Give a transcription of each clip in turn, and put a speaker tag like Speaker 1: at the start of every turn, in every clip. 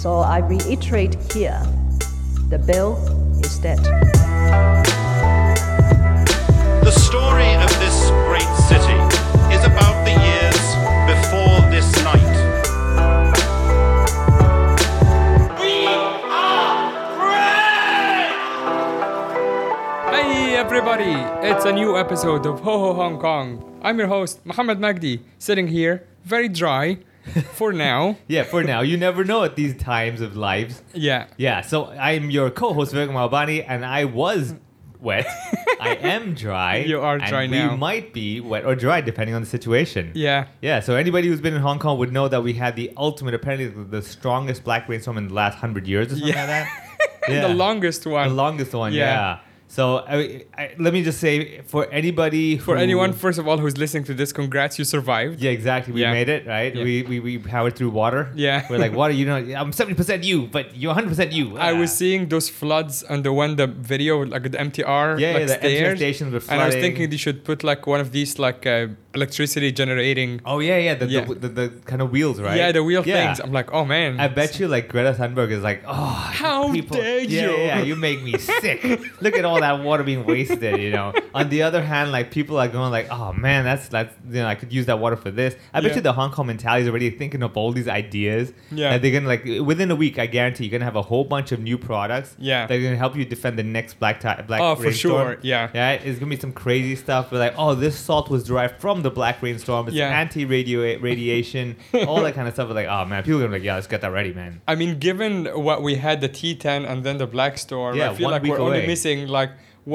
Speaker 1: So I reiterate here the bill is dead.
Speaker 2: The story of this great city is about the years before this night.
Speaker 3: Hey everybody! It's a new episode of Ho Ho Hong Kong. I'm your host Mohammed Magdi, sitting here, very dry, for now.
Speaker 4: Yeah, for now. You never know at these times of lives.
Speaker 3: Yeah,
Speaker 4: Yeah, so I'm your co-host Vivek Malbani, and I was wet. I am dry.
Speaker 3: You are
Speaker 4: and
Speaker 3: dry
Speaker 4: we
Speaker 3: now.
Speaker 4: might be wet or dry depending on the situation.
Speaker 3: yeah.
Speaker 4: Yeah, so anybody who's been in Hong Kong would know that we had the ultimate, apparently the strongest black rainstorm in the last hundred years or something
Speaker 3: Yeah.
Speaker 4: like that.
Speaker 3: The longest one.
Speaker 4: The longest one,
Speaker 3: Yeah.
Speaker 4: yeah. So I, I, let me just say, for anybody,
Speaker 3: for
Speaker 4: who-
Speaker 3: anyone, first of all, who's listening to this, congrats, you survived.
Speaker 4: yeah, exactly. We
Speaker 3: Yeah.
Speaker 4: made it, right?
Speaker 3: Yeah.
Speaker 4: We, we we powered through water.
Speaker 3: Yeah.
Speaker 4: we're like water. You know, I'm seventy percent you, but you're hundred percent you.
Speaker 3: I was
Speaker 4: Ah.
Speaker 3: seeing those floods on the one the video like the MTR
Speaker 4: Yeah,
Speaker 3: like
Speaker 4: yeah, the MTR
Speaker 3: stairs,
Speaker 4: stations were
Speaker 3: and I was
Speaker 4: flooding.
Speaker 3: thinking they should put like one of these like uh, electricity generating
Speaker 4: Oh yeah, yeah, the,
Speaker 3: Yeah.
Speaker 4: The, the, the kind of wheels, right?
Speaker 3: yeah the wheel
Speaker 4: Yeah.
Speaker 3: things I'm like oh man
Speaker 4: I bet you like Greta Thunberg is like, oh,
Speaker 3: How dare
Speaker 4: yeah,
Speaker 3: you."
Speaker 4: Yeah, yeah, you make me sick. Look at all that water being wasted, you know. On the other hand, like people are going like, oh man, that's that's you know, I could use that water for this. I bet
Speaker 3: Yeah.
Speaker 4: you the Hong Kong mentality is already thinking of all these ideas.
Speaker 3: Yeah.
Speaker 4: that they're gonna like within a week, I guarantee you're gonna have a whole bunch of new products.
Speaker 3: Yeah.
Speaker 4: that are gonna help you defend the next black tie, black.
Speaker 3: Oh, for
Speaker 4: rainstorm.
Speaker 3: sure, yeah.
Speaker 4: yeah. It's gonna be some crazy stuff. But like, oh, this salt was derived from the black rainstorm. It's
Speaker 3: Yeah.
Speaker 4: anti radio radiation, all that kind of stuff. Like, oh man, people are gonna be like, yeah, let's get that ready, man.
Speaker 3: I mean, given what we had the T10 and then the Black Storm, I
Speaker 4: Yeah,
Speaker 3: feel
Speaker 4: one
Speaker 3: like we're
Speaker 4: week
Speaker 3: only
Speaker 4: away.
Speaker 3: missing like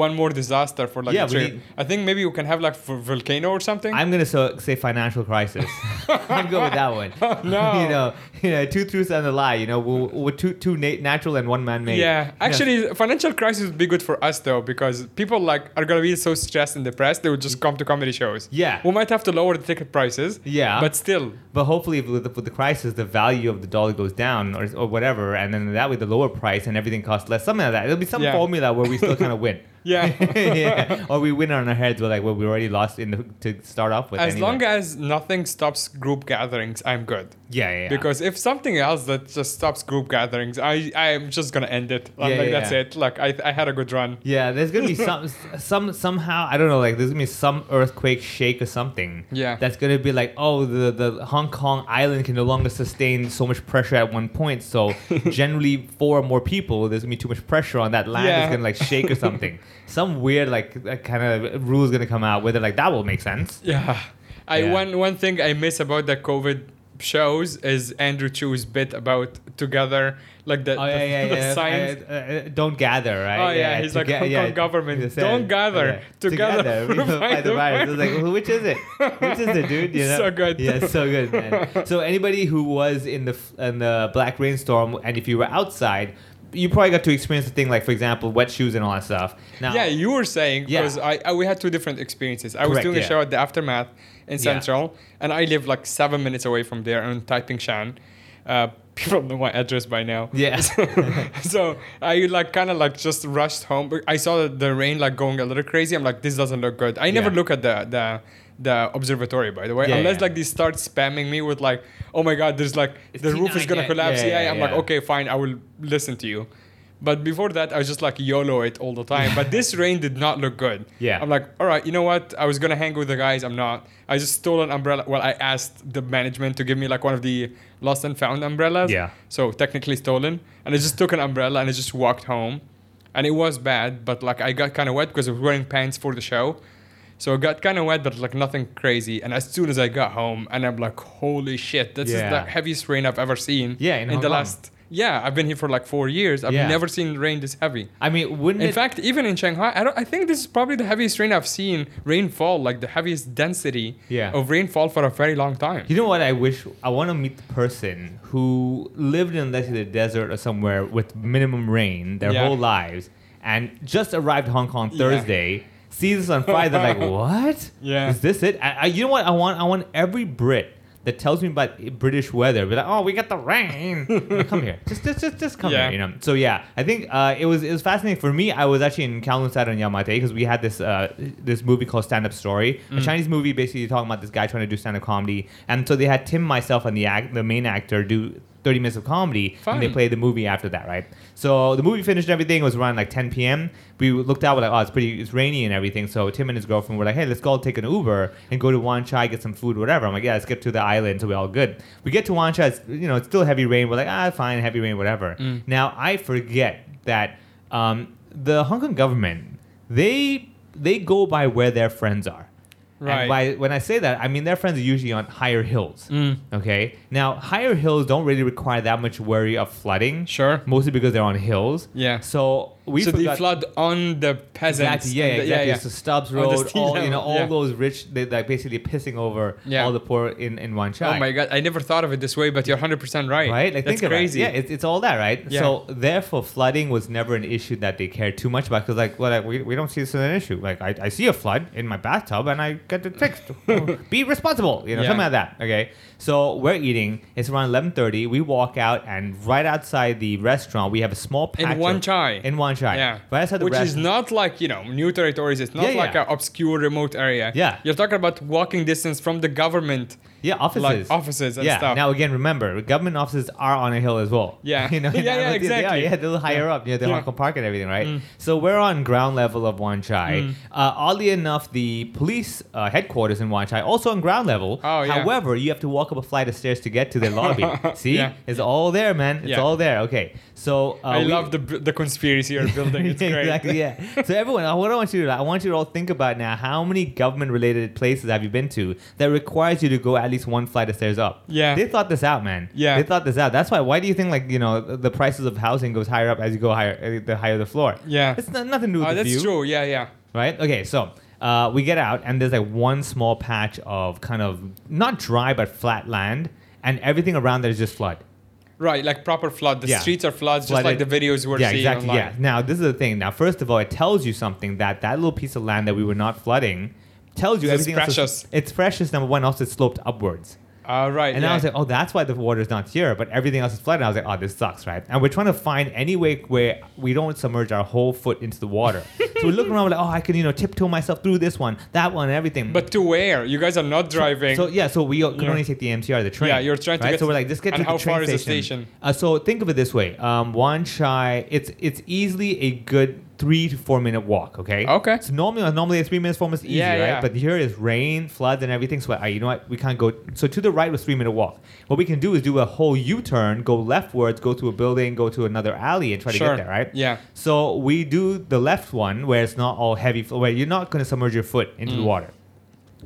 Speaker 3: one more disaster for like.
Speaker 4: Yeah,
Speaker 3: the
Speaker 4: we
Speaker 3: trade.
Speaker 4: need-
Speaker 3: I think maybe we can have like for volcano or something.
Speaker 4: I'm gonna so, say financial crisis. I'm going with that one.
Speaker 3: Oh, no.
Speaker 4: you know, you know, two truths and a lie. You know, we're, we're two two na- natural and one man made.
Speaker 3: yeah, actually, financial crisis would be good for us though because people like are gonna be so stressed and depressed they would just come to comedy shows.
Speaker 4: Yeah.
Speaker 3: we might have to lower the ticket prices.
Speaker 4: Yeah.
Speaker 3: but still,
Speaker 4: But hopefully, with the, with the crisis, the value of the dollar goes down or, or whatever, and then that way the lower price and everything costs less. Something like that. There'll be some
Speaker 3: Yeah.
Speaker 4: formula where we still kind of win.
Speaker 3: yeah.
Speaker 4: yeah. Or we win on our heads. We're like, well, we already lost in the, to start off with.
Speaker 3: as
Speaker 4: anyway.
Speaker 3: long as nothing stops group gatherings, I'm good.
Speaker 4: yeah, yeah, yeah.
Speaker 3: Because if something else that just stops group gatherings, I I'm just gonna end it. I'm
Speaker 4: Yeah,
Speaker 3: like,
Speaker 4: yeah,
Speaker 3: that's
Speaker 4: yeah.
Speaker 3: it. Like I I had a good run.
Speaker 4: Yeah, there's gonna be some some somehow I don't know like there's gonna be some earthquake shake or something.
Speaker 3: Yeah.
Speaker 4: That's gonna be like oh the the Hong Kong island can no longer sustain so much pressure at one point so generally four or more people there's gonna be too much pressure on that land
Speaker 3: Yeah.
Speaker 4: it's gonna like shake or something. some weird like kind of rule is gonna come out where they're like that will make sense.
Speaker 3: Yeah. I
Speaker 4: Yeah.
Speaker 3: one one thing I miss about the COVID shows is Andrew Chu's bit about together like the,
Speaker 4: Oh
Speaker 3: the,
Speaker 4: yeah, yeah,
Speaker 3: the
Speaker 4: yeah.
Speaker 3: signs.
Speaker 4: Uh, uh, uh, don't gather, right?
Speaker 3: Oh, yeah, he's like,
Speaker 4: toge-
Speaker 3: Hong Kong government,
Speaker 4: he said,
Speaker 3: "Don't gather,
Speaker 4: yeah,
Speaker 3: together
Speaker 4: we
Speaker 3: we'll
Speaker 4: will
Speaker 3: fight
Speaker 4: fight the
Speaker 3: the
Speaker 4: virus." It's like, well, which is it? Which is it, dude? You know?
Speaker 3: So good.
Speaker 4: Yeah, it's so good, man. so anybody who was in the f- in the black rainstorm, and if you were outside, you probably got to experience the thing, like for example, wet shoes and all that stuff. Now,
Speaker 3: yeah, you were saying
Speaker 4: Yeah.
Speaker 3: because I, I we had two different experiences. I was
Speaker 4: Correct,
Speaker 3: doing a
Speaker 4: yeah.
Speaker 3: show at the aftermath in
Speaker 4: Yeah.
Speaker 3: Central, and I live like seven minutes away from there on Taiping Shan. Uh, people know my address by now.
Speaker 4: Yeah.
Speaker 3: so I like kind of like just rushed home. But I saw the rain like going a little crazy. I'm like, this doesn't look good. I never
Speaker 4: Yeah.
Speaker 3: look at the the the observatory by the way
Speaker 4: Yeah,
Speaker 3: unless
Speaker 4: yeah.
Speaker 3: like they start spamming me with like oh my god there's like
Speaker 4: It's
Speaker 3: the roof is
Speaker 4: T9
Speaker 3: gonna
Speaker 4: yet.
Speaker 3: collapse yeah,
Speaker 4: Yeah, yeah,
Speaker 3: i'm like
Speaker 4: yeah.
Speaker 3: okay fine i will listen to you but before that i was just like yolo it all the time but this rain did not look good
Speaker 4: Yeah.
Speaker 3: i'm like all right you know what i was gonna hang with the guys i'm not i just stole an umbrella well i asked the management to give me like one of the lost and found umbrellas
Speaker 4: Yeah.
Speaker 3: so technically stolen and i just took an umbrella and i just walked home and it was bad but like i got kind of wet because i was wearing pants for the show so it got kind of wet, but like nothing crazy. And as soon as I got home, and I'm like, holy shit, this
Speaker 4: Yeah.
Speaker 3: is the heaviest rain I've ever seen.
Speaker 4: Yeah, in
Speaker 3: the
Speaker 4: Hong Kong.
Speaker 3: last. Yeah, I've been here for like four years. I've
Speaker 4: Yeah.
Speaker 3: never seen rain this heavy.
Speaker 4: I mean, wouldn't
Speaker 3: In
Speaker 4: it?
Speaker 3: fact, even in Shanghai, I don't. I think this is probably the heaviest rain I've seen rainfall, like the heaviest density
Speaker 4: Yeah.
Speaker 3: of rainfall for a very long time.
Speaker 4: You know what I wish? I want to meet the person who lived in, let's say, the desert or somewhere with minimum rain their
Speaker 3: Yeah.
Speaker 4: whole lives and just arrived Hong Kong
Speaker 3: Yeah.
Speaker 4: Thursday, sees this on Friday, they're like, what?
Speaker 3: Yeah.
Speaker 4: Is this it? I, I, you know what? I want, I want every Brit that tells me about British weather, be like, oh, we got the rain. Like, come here. Just, just, just, just come
Speaker 3: Yeah.
Speaker 4: here, you know? So, yeah, I think uh, it was it was fascinating. For me, I was actually in Kowloon Sat on Yamate because we had this uh, this movie called Stand Up Story, a Chinese movie basically talking about this guy trying to do stand up comedy. And so they had Tim, myself, and the act, the main actor do 30 minutes of comedy, and they
Speaker 3: Fun.
Speaker 4: played the movie after that, right? So the movie finished and everything. It was around like 10 p.m. We looked out, we're like, oh, it's pretty, it's rainy and everything. So Tim and his girlfriend were like, hey, let's go take an Uber and go to Wan Chai, get some food, whatever. I'm like, yeah, let's get to the island. So we're all good. We get to Wan Chai, it's, you know, it's still heavy rain. We're like, ah, fine, heavy rain, whatever. Now, I forget that um, the Hong Kong government, they they go by where their friends are.
Speaker 3: Right.
Speaker 4: And by when I say that, I mean their friends are usually on higher hills.
Speaker 3: Mm.
Speaker 4: Okay. Now, higher hills don't really require that much worry of flooding.
Speaker 3: Sure.
Speaker 4: Mostly because they're on hills.
Speaker 3: Yeah.
Speaker 4: So we
Speaker 3: so they
Speaker 4: forgot
Speaker 3: flood on the peasants.
Speaker 4: exactly. Yeah,
Speaker 3: and the-
Speaker 4: exactly. So Stubbs
Speaker 3: On the
Speaker 4: Road,
Speaker 3: sea
Speaker 4: all you know,
Speaker 3: level,
Speaker 4: all
Speaker 3: yeah.
Speaker 4: those rich, they like basically pissing over
Speaker 3: Yeah.
Speaker 4: all the poor in in one shot.
Speaker 3: Oh my god, I never thought of it this way, but you're 100% right.
Speaker 4: Right? Like
Speaker 3: That's
Speaker 4: think
Speaker 3: crazy.
Speaker 4: About it. Yeah, it's, it's all that, right?
Speaker 3: Yeah.
Speaker 4: So therefore, flooding was never an issue that they cared too much about because like, well, like we, we don't see this as an issue. Like I, I see a flood in my bathtub and I get it fixed. Be responsible, you know,
Speaker 3: Yeah.
Speaker 4: something like that. Okay. So we're eating. It's around eleven thirty. We walk out and right outside the restaurant we have a small patch
Speaker 3: in one
Speaker 4: of-
Speaker 3: chai.
Speaker 4: In one chai.
Speaker 3: Yeah.
Speaker 4: Right outside the
Speaker 3: Which is
Speaker 4: restaurant.
Speaker 3: not like, you know, new territories. It's not
Speaker 4: Yeah,
Speaker 3: like
Speaker 4: yeah.
Speaker 3: an obscure remote area.
Speaker 4: Yeah.
Speaker 3: You're talking about walking distance from the government.
Speaker 4: Yeah, offices.
Speaker 3: Like offices and
Speaker 4: yeah.
Speaker 3: stuff.
Speaker 4: Now again, remember, government offices are on a hill as well.
Speaker 3: Yeah.
Speaker 4: you know,
Speaker 3: Yeah, yeah,
Speaker 4: they are,
Speaker 3: exactly.
Speaker 4: Yeah, they're higher up near the
Speaker 3: Yeah. Mm.
Speaker 4: Hong Kong Park and everything, right? So we're on ground level of Wan Chai. Uh, oddly enough, the police uh, headquarters in Wan Chai also on ground level.
Speaker 3: Oh, yeah.
Speaker 4: However, you have to walk up a flight of stairs to get to the lobby. See,
Speaker 3: Yeah.
Speaker 4: it's all there, man. It's
Speaker 3: Yeah.
Speaker 4: all there. Okay, so uh,
Speaker 3: I
Speaker 4: we-
Speaker 3: love the bu- the conspiracy you're building. It's great.
Speaker 4: exactly. Yeah. So everyone, uh, what I want you to do, I want you to all think about now. How many government-related places have you been to that requires you to go at least one flight of stairs up?
Speaker 3: Yeah.
Speaker 4: They thought this out, man.
Speaker 3: Yeah.
Speaker 4: They thought this out. That's why. Why do you think like you know the prices of housing goes higher up as you go higher, uh, the higher the floor?
Speaker 3: Yeah.
Speaker 4: It's not, nothing to do with
Speaker 3: Oh,
Speaker 4: the
Speaker 3: that's
Speaker 4: view
Speaker 3: true. Yeah, yeah.
Speaker 4: right? Okay, so uh, we get out, and there's like one small patch of kind of not dry but flat land, and everything around there is just flood.
Speaker 3: Right, like proper flood. The
Speaker 4: Yeah.
Speaker 3: streets are floods,
Speaker 4: Flooded.
Speaker 3: just like the videos we're
Speaker 4: yeah,
Speaker 3: seeing
Speaker 4: exactly.
Speaker 3: online.
Speaker 4: Yeah. Now this is the thing. Now, first of all, it tells you something that that little piece of land that we were not flooding tells you
Speaker 3: It's
Speaker 4: everything. else is-
Speaker 3: precious.
Speaker 4: it's precious. Number one, also it's sloped upwards.
Speaker 3: All right.
Speaker 4: And
Speaker 3: yeah.
Speaker 4: I was like, oh, that's why the water's not here, but everything else is flooded. And I was like, oh, this sucks, right? And we're trying to find any way where we don't submerge our whole foot into the water. so we look around, we're like, oh, I can, you know, tiptoe myself through this one, that one, and everything.
Speaker 3: but to where? You guys are not driving.
Speaker 4: So yeah, so we can
Speaker 3: Yeah.
Speaker 4: only take the MTR, the train.
Speaker 3: Yeah, you're trying to
Speaker 4: right?
Speaker 3: get
Speaker 4: So
Speaker 3: to-
Speaker 4: we're like, just get
Speaker 3: and
Speaker 4: to
Speaker 3: how
Speaker 4: the train
Speaker 3: far is the station?
Speaker 4: Uh, so think of it this way: um, Wan Chai, it's it's easily a good three to four minute walk. Okay.
Speaker 3: Okay.
Speaker 4: So normally, normally three minutes, four minutes, easy,
Speaker 3: Yeah,
Speaker 4: right?
Speaker 3: yeah.
Speaker 4: But here is rain, floods, and everything. So uh, you know what? We can't go. So to the right was three minute walk. What we can do is do a whole U-turn, go leftwards, go to a building, go to another alley, and try
Speaker 3: Sure.
Speaker 4: to get there, right?
Speaker 3: Yeah.
Speaker 4: So we do the left one where it's not all heavy, where you're not going to submerge your foot into
Speaker 3: Mm.
Speaker 4: the water.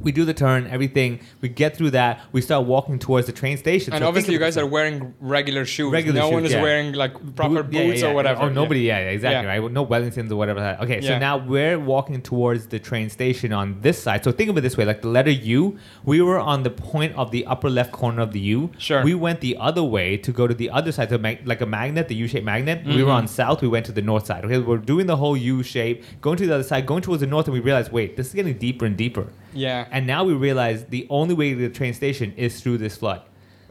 Speaker 4: We do the turn, everything. We get through that. We start walking towards the train station.
Speaker 3: and
Speaker 4: So
Speaker 3: obviously, you
Speaker 4: think of
Speaker 3: guys
Speaker 4: it-
Speaker 3: are wearing regular shoes.
Speaker 4: Regular
Speaker 3: no
Speaker 4: shoes,
Speaker 3: one is
Speaker 4: yeah.
Speaker 3: wearing like proper
Speaker 4: Boot-
Speaker 3: boots
Speaker 4: yeah, yeah,
Speaker 3: or
Speaker 4: yeah.
Speaker 3: whatever.
Speaker 4: Oh,
Speaker 3: Yeah.
Speaker 4: nobody. Yeah, yeah exactly.
Speaker 3: Yeah.
Speaker 4: Right. No Wellingtons or whatever. the- Okay, so
Speaker 3: Yeah.
Speaker 4: now we're walking towards the train station on this side. So think of it this way: like the letter U, we were on the point of the upper left corner of the U.
Speaker 3: Sure.
Speaker 4: We went the other way to go to the other side, so mag- like a magnet, the U-shaped magnet. We
Speaker 3: Mm-hmm.
Speaker 4: were on south. We went to the north side. Okay, we're doing the whole U shape, going to the other side, going towards the north, and we realized, wait, this is getting deeper and deeper.
Speaker 3: Yeah.
Speaker 4: And now we realize the only way to the train station is through this flood.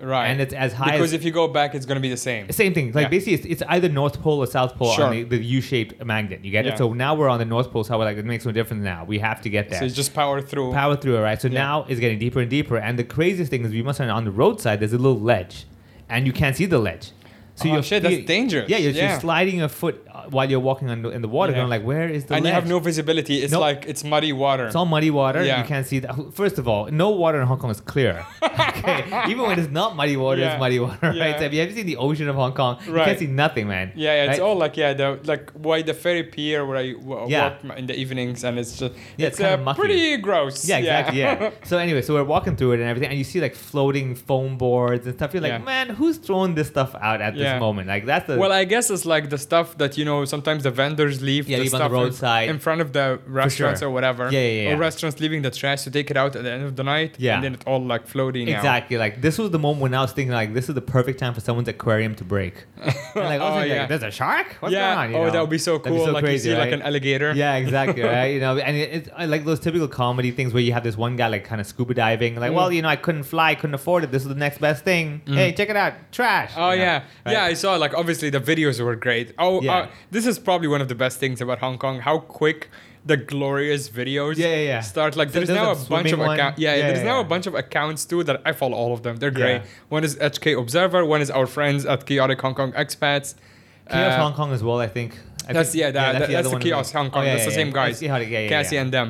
Speaker 3: Right.
Speaker 4: And it's as high
Speaker 3: Because
Speaker 4: as
Speaker 3: if you go back, it's going to be the same.
Speaker 4: same thing. Like
Speaker 3: Yeah.
Speaker 4: basically, it's, it's either North Pole or South Pole
Speaker 3: Sure.
Speaker 4: on the, the U-shaped magnet. You get
Speaker 3: Yeah.
Speaker 4: it. So now we're on the North Pole. So we're like, it makes no difference now. We have to get there.
Speaker 3: So you just power through.
Speaker 4: Power through it, right? So
Speaker 3: Yeah.
Speaker 4: now it's getting deeper and deeper. And the craziest thing is, we must on the roadside. There's a little ledge, and you can't see the ledge. So
Speaker 3: Oh,
Speaker 4: you're-
Speaker 3: shit, that's
Speaker 4: you-
Speaker 3: dangerous.
Speaker 4: Yeah, you're, you're
Speaker 3: Yeah.
Speaker 4: sliding your foot uh, while you're walking on the, in the water.
Speaker 3: Yeah.
Speaker 4: Going like, where is the
Speaker 3: and
Speaker 4: ledge?
Speaker 3: you have no visibility. It's
Speaker 4: Nope.
Speaker 3: like it's muddy water.
Speaker 4: It's all muddy water.
Speaker 3: Yeah.
Speaker 4: You can't see that. First of all, no water in Hong Kong is clear. okay. Even when it's not muddy water,
Speaker 3: Yeah.
Speaker 4: it's muddy water, right?
Speaker 3: Yeah.
Speaker 4: So if you ever seen the ocean of Hong Kong, you
Speaker 3: Right.
Speaker 4: can't see nothing, man.
Speaker 3: yeah, yeah, it's
Speaker 4: Right?
Speaker 3: all like yeah, the like why the ferry pier where I w-
Speaker 4: Yeah.
Speaker 3: walk in the evenings, and it's just
Speaker 4: Yeah, it's
Speaker 3: it's,
Speaker 4: kinda
Speaker 3: uh,
Speaker 4: mucky.
Speaker 3: pretty gross.
Speaker 4: Yeah, exactly. Yeah. So anyway, so we're walking through it and everything, and you see like floating foam boards and stuff. You're like,
Speaker 3: Yeah.
Speaker 4: man, who's throwing this stuff out at
Speaker 3: Yeah.
Speaker 4: this moment? Like that's the
Speaker 3: Well, I guess it's like the stuff that you know sometimes the vendors leave
Speaker 4: Yeah,
Speaker 3: the
Speaker 4: leave on
Speaker 3: stuff
Speaker 4: the
Speaker 3: in-
Speaker 4: roadside.
Speaker 3: in front of the restaurants
Speaker 4: sure.
Speaker 3: or whatever.
Speaker 4: Yeah, yeah, yeah.
Speaker 3: Or restaurants leaving the trash to take it out at the end of the night.
Speaker 4: Yeah.
Speaker 3: and then it's all like floating. now.
Speaker 4: Exactly. Like this was the moment when I was thinking like this is the perfect time for someone's aquarium to break. And, like, I
Speaker 3: Oh,
Speaker 4: was thinking,
Speaker 3: yeah.
Speaker 4: like, there's a shark. What's
Speaker 3: yeah.
Speaker 4: going on? You
Speaker 3: oh,
Speaker 4: know?
Speaker 3: that would be so
Speaker 4: That'd
Speaker 3: cool.
Speaker 4: so
Speaker 3: like you see like
Speaker 4: right?
Speaker 3: an alligator.
Speaker 4: Yeah, exactly, right? You know, and it, it's I like those typical comedy things where you have this one guy like kind of scuba diving,
Speaker 3: Mm.
Speaker 4: like, well, you know, I couldn't fly, couldn't afford it. This is the next best thing. Hey, check it out, trash.
Speaker 3: Oh
Speaker 4: You know,
Speaker 3: yeah,
Speaker 4: right?
Speaker 3: yeah. I saw like obviously the videos were great. Oh,
Speaker 4: Yeah.
Speaker 3: uh, this is probably one of the best things about Hong Kong. How quick the glorious videos.
Speaker 4: Yeah, yeah, yeah.
Speaker 3: Start like
Speaker 4: So
Speaker 3: there's
Speaker 4: there's
Speaker 3: now
Speaker 4: a
Speaker 3: a bunch of
Speaker 4: swimming one.
Speaker 3: accounts. Yeah, yeah,
Speaker 4: Yeah,
Speaker 3: there's
Speaker 4: yeah,
Speaker 3: now a
Speaker 4: yeah.
Speaker 3: bunch of accounts too that I follow all of them. They're great.
Speaker 4: Yeah.
Speaker 3: One is HK Observer. One is our friends at Chaotic Hong Kong Expats.
Speaker 4: Chaos
Speaker 3: Uh,
Speaker 4: Hong Kong as well, I think. I
Speaker 3: that's
Speaker 4: think-
Speaker 3: yeah, that, that's,
Speaker 4: other
Speaker 3: that's the
Speaker 4: one as well.
Speaker 3: chaos Hong
Speaker 4: Oh,
Speaker 3: Kong.
Speaker 4: yeah,
Speaker 3: that's the
Speaker 4: yeah,
Speaker 3: same
Speaker 4: yeah.
Speaker 3: guys,
Speaker 4: Yeah, yeah, yeah,
Speaker 3: Cassie
Speaker 4: yeah.
Speaker 3: and them.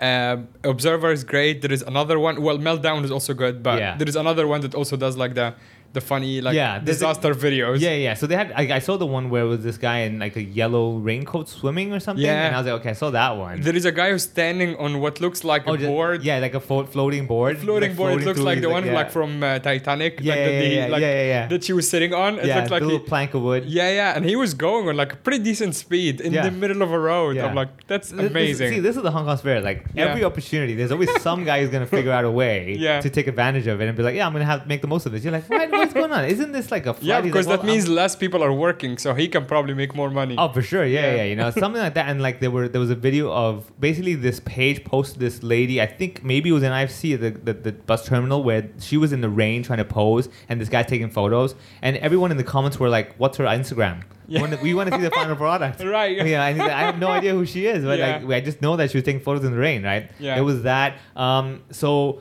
Speaker 3: Um Observer is great. There is another one. Well, Meltdown is also good, but
Speaker 4: Yeah.
Speaker 3: there is another one that also does like the the funny like
Speaker 4: Yeah, there's a-
Speaker 3: disaster videos.
Speaker 4: Yeah, yeah. So they had. I, I saw the one where it was this guy in like a yellow raincoat swimming or something,
Speaker 3: Yeah.
Speaker 4: and I was like, okay, I saw that one.
Speaker 3: There is a guy who's standing on what looks like a
Speaker 4: ju-
Speaker 3: board.
Speaker 4: Oh, Yeah, like a flo- floating board.
Speaker 3: Floating board. It looks
Speaker 4: through,
Speaker 3: like
Speaker 4: he's
Speaker 3: the one
Speaker 4: yeah.
Speaker 3: like from uh, Titanic.
Speaker 4: Yeah,
Speaker 3: like,
Speaker 4: yeah,
Speaker 3: that
Speaker 4: yeah,
Speaker 3: the-
Speaker 4: yeah,
Speaker 3: like,
Speaker 4: yeah, yeah.
Speaker 3: That she was sitting on. It
Speaker 4: yeah,
Speaker 3: looked
Speaker 4: the
Speaker 3: like
Speaker 4: little
Speaker 3: he-
Speaker 4: plank of wood.
Speaker 3: yeah, yeah, and he was going on like a pretty decent speed in
Speaker 4: Yeah.
Speaker 3: the middle of a road.
Speaker 4: Yeah.
Speaker 3: I'm like, that's
Speaker 4: This- this-
Speaker 3: amazing.
Speaker 4: see, this is the Hong Kong spirit. Like
Speaker 3: Yeah.
Speaker 4: every opportunity, there's always some guy who's gonna figure out a way
Speaker 3: Yeah.
Speaker 4: to take advantage of it and be like, "Yeah, I'm gonna have make the most of this." You're like, what, "What's going on? Isn't this like a flight?"
Speaker 3: yeah,
Speaker 4: He's
Speaker 3: because
Speaker 4: like,
Speaker 3: that
Speaker 4: "Well, I'm-
Speaker 3: means less people are working, so he can probably make more money.
Speaker 4: Oh, for sure. Yeah,
Speaker 3: Yeah.
Speaker 4: yeah, You know, something like that. And like there were there was a video of basically this page posted this lady. I think maybe it was in IFC at the, the the bus terminal where she was in the rain trying to pose, and this guy's taking photos, and everyone in the comments were like, "What's her Instagram?"
Speaker 3: Yeah.
Speaker 4: Wanna- We want to see the final product,
Speaker 3: Right.
Speaker 4: Yeah, and he's like, I have no idea who she is, but
Speaker 3: Yeah.
Speaker 4: like, I just know that she was taking photos in the rain, right?
Speaker 3: Yeah.
Speaker 4: It was that. Um, so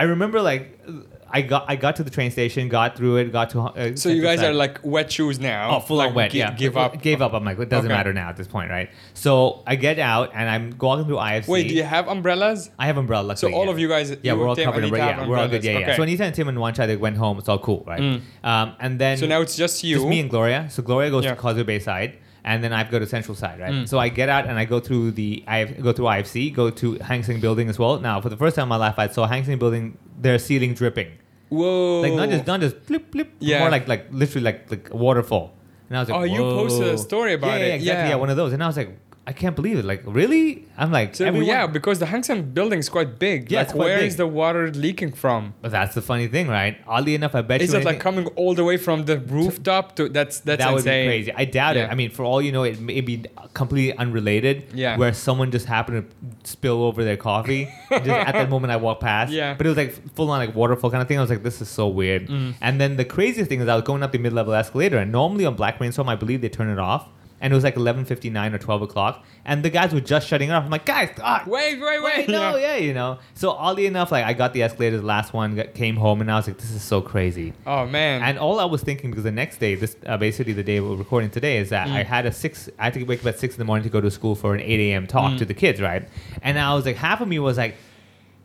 Speaker 4: I remember like I got I got to the train station, got through it, got to. Uh,
Speaker 3: So you
Speaker 4: Central
Speaker 3: guys
Speaker 4: Side.
Speaker 3: are like wet shoes now.
Speaker 4: Oh, full
Speaker 3: like,
Speaker 4: on wet.
Speaker 3: gi-
Speaker 4: yeah,
Speaker 3: Give up.
Speaker 4: Gave up. I'm like, it doesn't
Speaker 3: Okay.
Speaker 4: matter now at this point, right? So I get out and I'm walking through IFC.
Speaker 3: Wait, do you have umbrellas?
Speaker 4: I have umbrella.
Speaker 3: So
Speaker 4: Luckily,
Speaker 3: all
Speaker 4: yeah.
Speaker 3: of you guys,
Speaker 4: Yeah,
Speaker 3: you
Speaker 4: we're all
Speaker 3: Tim,
Speaker 4: covered.
Speaker 3: Anita
Speaker 4: umbrella.
Speaker 3: have
Speaker 4: yeah, we're all good.
Speaker 3: umbrellas.
Speaker 4: Yeah, yeah.
Speaker 3: Okay. Mm.
Speaker 4: So Anita and Tim and Wancha, they went home. It's all cool, right? Um, and then
Speaker 3: So now it's just you.
Speaker 4: just me and Gloria. So Gloria goes
Speaker 3: Yeah. Mm.
Speaker 4: to Causeway Bay side, and then I've go to Central side, right? So I get out and I go through the I go through IFC, go to Hang Seng Building as well. Now for the first time in my life, I saw Hang Seng Building their ceiling dripping,
Speaker 3: Whoa.
Speaker 4: like not just not just blip blip,
Speaker 3: Oh. Yeah.
Speaker 4: more like like literally like like a waterfall. And I was like,
Speaker 3: Oh, you posted a
Speaker 4: "Whoa."
Speaker 3: story about
Speaker 4: Yeah, yeah,
Speaker 3: it.
Speaker 4: exactly.
Speaker 3: Yeah.
Speaker 4: Yeah. one of those. And I was like, I can't believe it. Like really? I'm like,
Speaker 3: So,
Speaker 4: everyone-
Speaker 3: yeah, because the Hang Seng building is quite big.
Speaker 4: Yeah,
Speaker 3: like,
Speaker 4: it's quite
Speaker 3: where
Speaker 4: big.
Speaker 3: is the water leaking from?
Speaker 4: But that's the funny thing, right? Oddly enough, I bet
Speaker 3: Is
Speaker 4: you
Speaker 3: it like
Speaker 4: anything-
Speaker 3: coming all the way from the rooftop to that's that's
Speaker 4: that would be
Speaker 3: insane.
Speaker 4: crazy. I doubt
Speaker 3: Yeah.
Speaker 4: it. I mean, for all you know, it may be completely unrelated.
Speaker 3: Yeah.
Speaker 4: Where someone just happened to spill over their coffee. and just at that moment, I walked past.
Speaker 3: Yeah. Mm.
Speaker 4: But it was like full on like waterfall kind of thing. I was like, this is so weird. And then the craziest thing is I was going up the mid level escalator, and normally on Black Rainstorm, I believe they turn it off. And it was like 11:59 or 12 o'clock, and the guys were just shutting it off. I'm like, guys, ah,
Speaker 3: Wait, wait, wait.
Speaker 4: Wait, no, yeah. you know. So oddly enough, like I got the escalators last one, got, came home, and I was like, this is so crazy.
Speaker 3: Oh man.
Speaker 4: And all I was thinking because the next day, this uh, basically the day we're recording today, is that I had a six. I had to wake up at six in the morning to go to school for an eight a.m. talk to the kids, right? And I was like, half of me was like,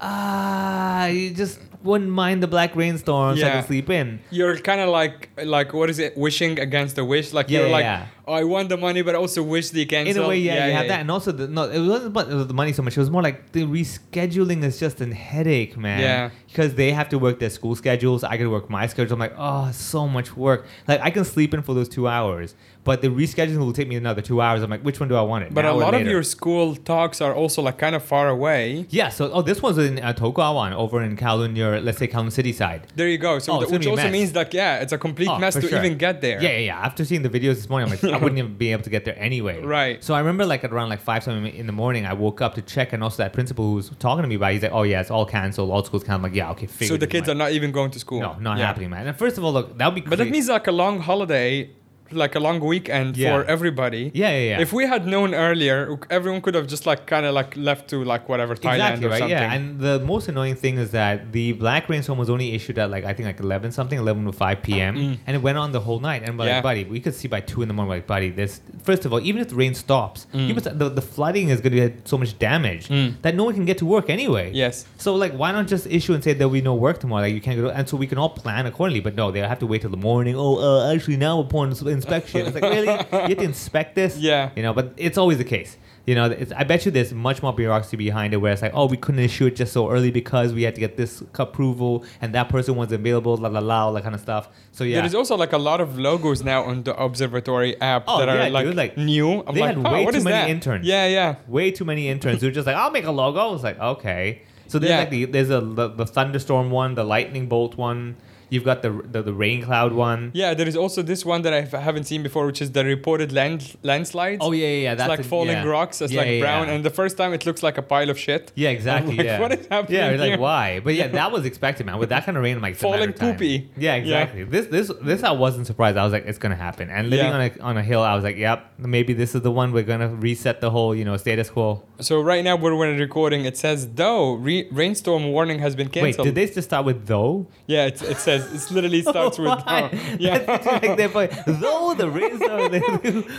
Speaker 4: ah, you just wouldn't mind the black rainstorm so I
Speaker 3: Yeah.
Speaker 4: could sleep in.
Speaker 3: you're kind of like like what is it? Wishing against the wish. Like
Speaker 4: Yeah,
Speaker 3: you're
Speaker 4: yeah,
Speaker 3: like,
Speaker 4: yeah.
Speaker 3: oh, I want the money, but I also wish they
Speaker 4: In
Speaker 3: cancel.
Speaker 4: a way, yeah, you have that, and also the, no, it wasn't about the money so much. It was more like the rescheduling is just a headache, man.
Speaker 3: Yeah.
Speaker 4: because they have to work their school schedules. I could work my schedule. I'm like, oh, so much work. Like I can sleep in for those two hours, but the rescheduling will take me another two hours. I'm like, which one do I want it?
Speaker 3: But
Speaker 4: now
Speaker 3: a
Speaker 4: or
Speaker 3: lot of
Speaker 4: later?
Speaker 3: your school talks are also like kind of far away.
Speaker 4: yeah. So oh, this one's in uh, Tokugawan over in Kowloon, near let's say Kowloon City side.
Speaker 3: There you go. So
Speaker 4: Oh,
Speaker 3: the-
Speaker 4: it's gonna
Speaker 3: which
Speaker 4: be a
Speaker 3: also
Speaker 4: mess.
Speaker 3: means that yeah, it's a complete
Speaker 4: Oh,
Speaker 3: mess
Speaker 4: for
Speaker 3: to
Speaker 4: sure.
Speaker 3: even get there.
Speaker 4: Yeah, yeah, yeah. After seeing the videos this morning, I'm like, I wouldn't even be able to get there anyway.
Speaker 3: Right.
Speaker 4: So I remember like at around like five something in the morning, I woke up to check, and also that principal who was talking to me about, it, he's like, oh yeah, it's all canceled, all schools canceled. I'm like, yeah, okay, figure.
Speaker 3: So the kids are not even going to school.
Speaker 4: no, not
Speaker 3: Yeah.
Speaker 4: happening, man. And first of all, look, that would be.
Speaker 3: But that
Speaker 4: cra-
Speaker 3: means like a long holiday, like a long weekend
Speaker 4: Yeah.
Speaker 3: for everybody.
Speaker 4: Yeah, yeah, yeah.
Speaker 3: If we had known earlier, everyone could have just like kind of like left to like whatever Thailand
Speaker 4: Exactly
Speaker 3: or
Speaker 4: right.
Speaker 3: something.
Speaker 4: Yeah, and the most annoying thing is that the Black Rainstorm was only issued at like I think like eleven something, eleven to five p.m. and it went on the whole night. And we're
Speaker 3: Mm. Yeah.
Speaker 4: like, buddy, we could see by two in the morning. We're like, buddy, this first of all, even if the rain stops,
Speaker 3: Mm.
Speaker 4: even if the, the flooding is going to be so much damage that no one can get to work anyway.
Speaker 3: Yes.
Speaker 4: So like, why not just issue and say there'll be no work tomorrow? Like you can't go, and so we can all plan accordingly. But no, they have to wait till the morning. Oh, uh, actually, now we're pouring inspection. It's like really, you have to inspect this.
Speaker 3: Yeah.
Speaker 4: You know, but it's always the case. You know, it's, I bet you there's much more bureaucracy behind it, where it's like, oh, we couldn't issue it just so early because we had to get this approval, and that person was available, la la la, all that kind of stuff. So yeah,
Speaker 3: There is also like a lot of logos now on the observatory app
Speaker 4: Oh,
Speaker 3: that are
Speaker 4: yeah,
Speaker 3: like,
Speaker 4: dude, like,
Speaker 3: new. I'm
Speaker 4: they
Speaker 3: like,
Speaker 4: had
Speaker 3: oh,
Speaker 4: way
Speaker 3: what
Speaker 4: too
Speaker 3: is
Speaker 4: many
Speaker 3: that?
Speaker 4: interns.
Speaker 3: Yeah, yeah.
Speaker 4: way too many interns who are just like, I'll make a logo. It's like, okay. So there's
Speaker 3: Yeah.
Speaker 4: like the, there's a the, the thunderstorm one, the lightning bolt one. You've got the the, the rain cloud one.
Speaker 3: Yeah, there is also this one that I f- haven't seen before, which is the reported land landslides.
Speaker 4: Oh yeah, yeah, yeah.
Speaker 3: it's
Speaker 4: That's
Speaker 3: like
Speaker 4: a-
Speaker 3: falling
Speaker 4: yeah.
Speaker 3: rocks. It's
Speaker 4: Yeah,
Speaker 3: like
Speaker 4: yeah,
Speaker 3: brown,
Speaker 4: yeah.
Speaker 3: and the first time it looks like a pile of shit.
Speaker 4: Yeah, exactly.
Speaker 3: I'm like,
Speaker 4: yeah.
Speaker 3: what is happening
Speaker 4: Yeah, it's
Speaker 3: here?
Speaker 4: like why? But yeah, that was expected, man. With that kind of rain, I'm like it's a
Speaker 3: Falling
Speaker 4: matter of time.
Speaker 3: poopy.
Speaker 4: Yeah,
Speaker 3: Yeah.
Speaker 4: exactly. This this this I wasn't surprised. I was like, it's gonna happen. And living
Speaker 3: Yeah.
Speaker 4: on a on a hill, I was like, yep, maybe this is the one we're gonna reset the whole you know status quo.
Speaker 3: So right now we're when recording. It says though re- rainstorm warning has been
Speaker 4: Wait,
Speaker 3: canceled.
Speaker 4: did they just start with though?
Speaker 3: Yeah, it, it says it literally starts with
Speaker 4: Why?
Speaker 3: though.
Speaker 4: That's
Speaker 3: Yeah,
Speaker 4: like their point. though the rainstorm.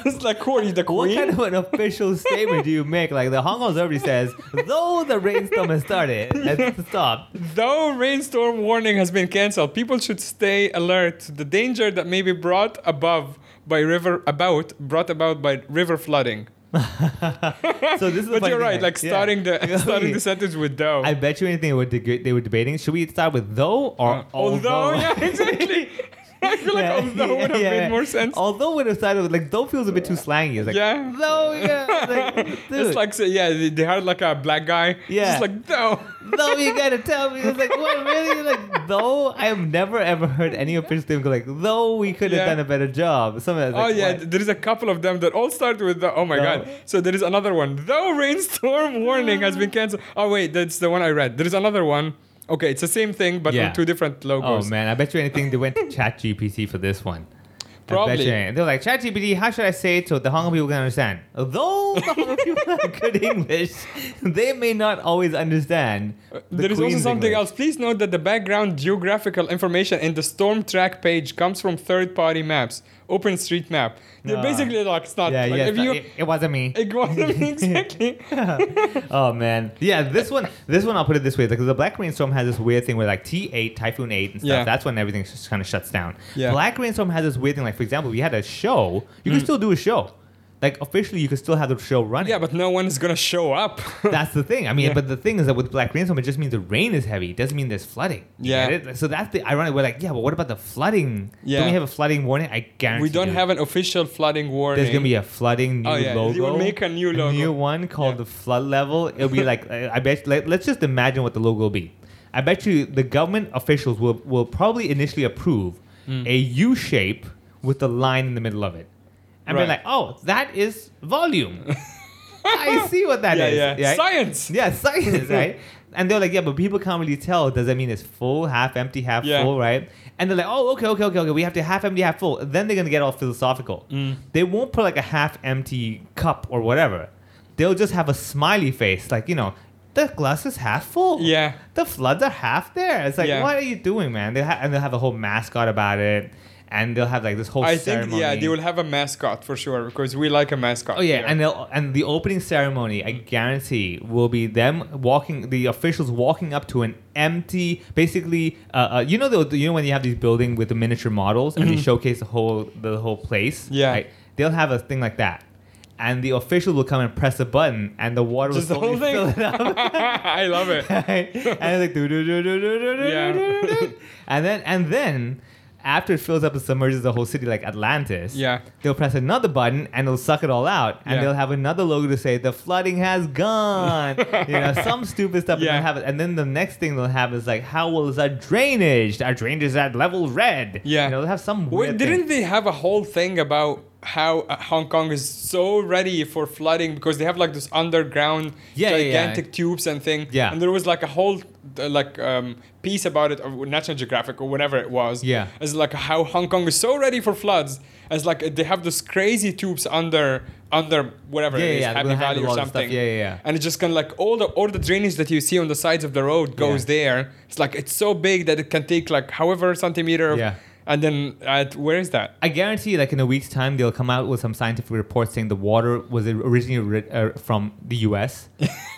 Speaker 3: it's like who are you, the
Speaker 4: What
Speaker 3: queen?
Speaker 4: kind of an official statement do you make? Like the Hong Kong Observer says, though the rainstorm has started, and stopped.
Speaker 3: Though rainstorm warning has been canceled, people should stay alert to the danger that may be brought above by river about brought about by river flooding.
Speaker 4: So this is. the funny
Speaker 3: But you're
Speaker 4: thing,
Speaker 3: right, like
Speaker 4: yeah.
Speaker 3: starting the starting the sentence with though.
Speaker 4: I bet you anything they were, deg- they were debating. Should we start with though or although?
Speaker 3: Uh, although, yeah, exactly. I feel like
Speaker 4: Yeah,
Speaker 3: although would have
Speaker 4: yeah, yeah.
Speaker 3: made more sense.
Speaker 4: Although would have started with like though feels a bit too slangy. It's like
Speaker 3: Yeah.
Speaker 4: though yeah, like, dude,
Speaker 3: it's like so, yeah, they, they hired like a black guy.
Speaker 4: Yeah.
Speaker 3: just like though.
Speaker 4: though you gotta tell me. It's like what really like though I have never ever heard any official statement go like though we could have
Speaker 3: Yeah.
Speaker 4: done a better job. Something that's
Speaker 3: Oh
Speaker 4: like,
Speaker 3: yeah,
Speaker 4: what?
Speaker 3: th- there is a couple of them that all start with the. Oh my
Speaker 4: No.
Speaker 3: god! So there is another one. Though rainstorm warning has been canceled. Oh wait, that's the one I read. There is another one. Okay, it's the same thing but
Speaker 4: Yeah.
Speaker 3: on two different
Speaker 4: Oh
Speaker 3: logos.
Speaker 4: man, I bet you anything they went to ChatGPT for this one. I bet
Speaker 3: Probably.
Speaker 4: you anything. They're like ChatGPT. How should I say it so the Hong Kong people can understand? Though the Hong Kong people have good English, they may not always understand. the
Speaker 3: Uh, there is also
Speaker 4: Queen's
Speaker 3: something
Speaker 4: English.
Speaker 3: else. Please note that the background geographical information in the storm track page comes from third-party maps, OpenStreetMap. They're
Speaker 4: Ah.
Speaker 3: basically like it's not.
Speaker 4: Yeah,
Speaker 3: like,
Speaker 4: yeah.
Speaker 3: If
Speaker 4: so
Speaker 3: you,
Speaker 4: it, it wasn't me.
Speaker 3: it wasn't exactly.
Speaker 4: oh man, yeah. This one, this one, I'll put it this way: like the black rainstorm has this weird thing where like T eight, typhoon eight, and stuff.
Speaker 3: Yeah.
Speaker 4: That's when everything just kind of shuts down.
Speaker 3: Yeah. Hmm.
Speaker 4: Black rainstorm has this weird thing. Like for example, we had a show. You can still do a show. Like officially, you could still have the show running.
Speaker 3: yeah, but no one is gonna show up.
Speaker 4: That's the thing. I mean,
Speaker 3: Yeah.
Speaker 4: but the thing is that with black rainstorm, it just means the rain is heavy. It doesn't mean there's flooding. You
Speaker 3: Yeah.
Speaker 4: get it? So that's the ironic. We're like, yeah, but what about the flooding? Don't
Speaker 3: Yeah.
Speaker 4: we have a flooding warning? I guarantee.
Speaker 3: we don't
Speaker 4: you,
Speaker 3: have an official flooding warning.
Speaker 4: There's gonna be a flooding new
Speaker 3: Oh, yeah. They will
Speaker 4: logo.
Speaker 3: make a new logo.
Speaker 4: new one called
Speaker 3: Yeah.
Speaker 4: the flood level. It'll be like I I bet. Like, let's just imagine what the logo will be. I bet you the government officials will will probably initially approve
Speaker 3: Mm.
Speaker 4: a U shape with a line in the middle of it, and be
Speaker 3: Right.
Speaker 4: like, oh, that is volume. I see what that
Speaker 3: yeah,
Speaker 4: is.
Speaker 3: yeah,
Speaker 4: right?
Speaker 3: Science.
Speaker 4: Yeah, science, right? And they're like, yeah, but people can't really tell. Does that mean it's full, half empty, half
Speaker 3: Yeah.
Speaker 4: full, right? And they're like, oh, okay, okay, okay, okay. We have to half empty, half full. Then they're gonna get all philosophical.
Speaker 3: Mm.
Speaker 4: They won't put like a half empty cup or whatever. They'll just have a smiley face, like you know, the glass is half full.
Speaker 3: Yeah.
Speaker 4: the floods are half there. It's like,
Speaker 3: Yeah.
Speaker 4: what are you doing, man? They ha- and they'll have a whole mascot about it, and they'll have like this whole.
Speaker 3: I
Speaker 4: ceremony.
Speaker 3: think yeah, they will have a mascot for sure because we like a mascot.
Speaker 4: Oh yeah,
Speaker 3: here.
Speaker 4: and they'll, and the opening ceremony, I guarantee, will be them walking the officials walking up to an empty, basically, uh, uh, you know, the, you know when you have these building with the miniature models and they showcase the whole the whole place.
Speaker 3: Mm-hmm. Yeah.
Speaker 4: they'll have a thing like that, and the official will come and press a button, and the water
Speaker 3: just the
Speaker 4: will slowly
Speaker 3: whole thing.
Speaker 4: fill it up.
Speaker 3: I love it.
Speaker 4: Right? and it's like do do do do do do do
Speaker 3: Yeah.
Speaker 4: do do and then and then after it fills up and submerges the whole city like Atlantis,
Speaker 3: Yeah.
Speaker 4: they'll press another button and it'll suck it all out, and
Speaker 3: Yeah.
Speaker 4: they'll have another logo to say the flooding has gone, you know, some stupid stuff.
Speaker 3: Yeah.
Speaker 4: And, they'll have it. and then the next thing they'll have is like, how was our drainage? Our drainage is at level red.
Speaker 3: Yeah.
Speaker 4: you know, they'll have some.
Speaker 3: Wait,
Speaker 4: Weird thing.
Speaker 3: didn't they have a whole thing about how uh, Hong Kong is so ready for flooding because they have like this underground
Speaker 4: Yeah, yeah, yeah.
Speaker 3: gigantic tubes and thing.
Speaker 4: Yeah.
Speaker 3: And there was like a whole uh, like um, piece about it of National Geographic or whatever it was.
Speaker 4: Yeah.
Speaker 3: As like how Hong Kong is so ready for floods. As like they have those crazy tubes under under whatever
Speaker 4: Yeah,
Speaker 3: it is,
Speaker 4: yeah,
Speaker 3: Happy
Speaker 4: we'll handle
Speaker 3: Valley or
Speaker 4: all the stuff.
Speaker 3: something.
Speaker 4: Yeah, yeah, yeah.
Speaker 3: And it's just kind of like all the all the drainage that you see on the sides of the road goes
Speaker 4: Yeah.
Speaker 3: there. It's like it's so big that it can take like however centimeter of
Speaker 4: Yeah.
Speaker 3: and then at, where is that?
Speaker 4: I guarantee, like in a week's time, they'll come out with some scientific report saying the water was originally ri- uh, from the U.S.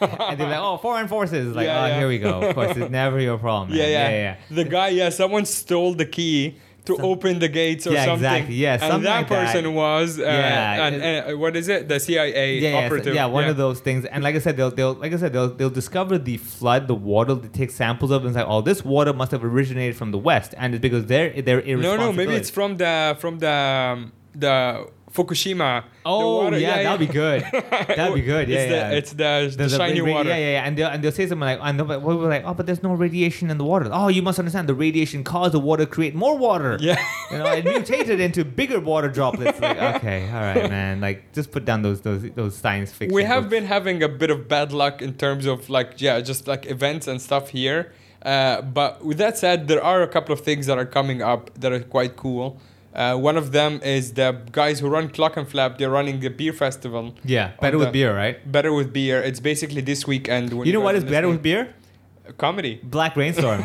Speaker 4: and they're like, "Oh, foreign forces!" Like,
Speaker 3: Yeah,
Speaker 4: "Oh,
Speaker 3: yeah.
Speaker 4: here we go." Of course, it's never your problem. man.
Speaker 3: Yeah, yeah, The guy, yeah, someone stole the key to open the gates or
Speaker 4: Yeah,
Speaker 3: something.
Speaker 4: exactly. Yeah,
Speaker 3: and
Speaker 4: something
Speaker 3: that
Speaker 4: like that.
Speaker 3: person was, uh,
Speaker 4: Yeah,
Speaker 3: and,
Speaker 4: it-
Speaker 3: uh, what is it? The CIA
Speaker 4: yeah, yeah, so-
Speaker 3: operative.
Speaker 4: yeah, one of those things. And like I said, they'll, they'll like I said, they'll, they'll discover the flood, the water. They take samples of, it and it's like, "Oh, this water must have originated from the west," and it's because they're they're
Speaker 3: No,
Speaker 4: irresponsible.
Speaker 3: no, maybe it's from the from the um, the Fukushima.
Speaker 4: Oh
Speaker 3: the water,
Speaker 4: yeah, that'd be good. That'd be good. Yeah,
Speaker 3: it's
Speaker 4: yeah.
Speaker 3: The, it's the, the,
Speaker 4: There's a
Speaker 3: shiny
Speaker 4: ra- ra-
Speaker 3: water.
Speaker 4: Yeah, yeah, yeah. And they'll, and they'll say something like, and they'll- we'll be like, oh, but there's no radiation in the water. Oh, you must understand the radiation caused the water to create more water.
Speaker 3: Yeah.
Speaker 4: You know, it mutated into bigger water droplets. Like, okay, all right, man. Like, just put down those those those science fiction.
Speaker 3: We have
Speaker 4: books.
Speaker 3: been having a bit of bad luck in terms of like yeah, just like events and stuff here. Uh, but with that said, there are a couple of things that are coming up that are quite cool. Uh, one of them is the guys who run Clock and Flap. They're running a beer festival.
Speaker 4: Yeah,
Speaker 3: on
Speaker 4: better
Speaker 3: the-
Speaker 4: with beer, right?
Speaker 3: Better with beer. It's basically this weekend. When
Speaker 4: You know
Speaker 3: guys
Speaker 4: what
Speaker 3: are
Speaker 4: is better with
Speaker 3: listening-
Speaker 4: beer?
Speaker 3: Comedy.
Speaker 4: Black rainstorm.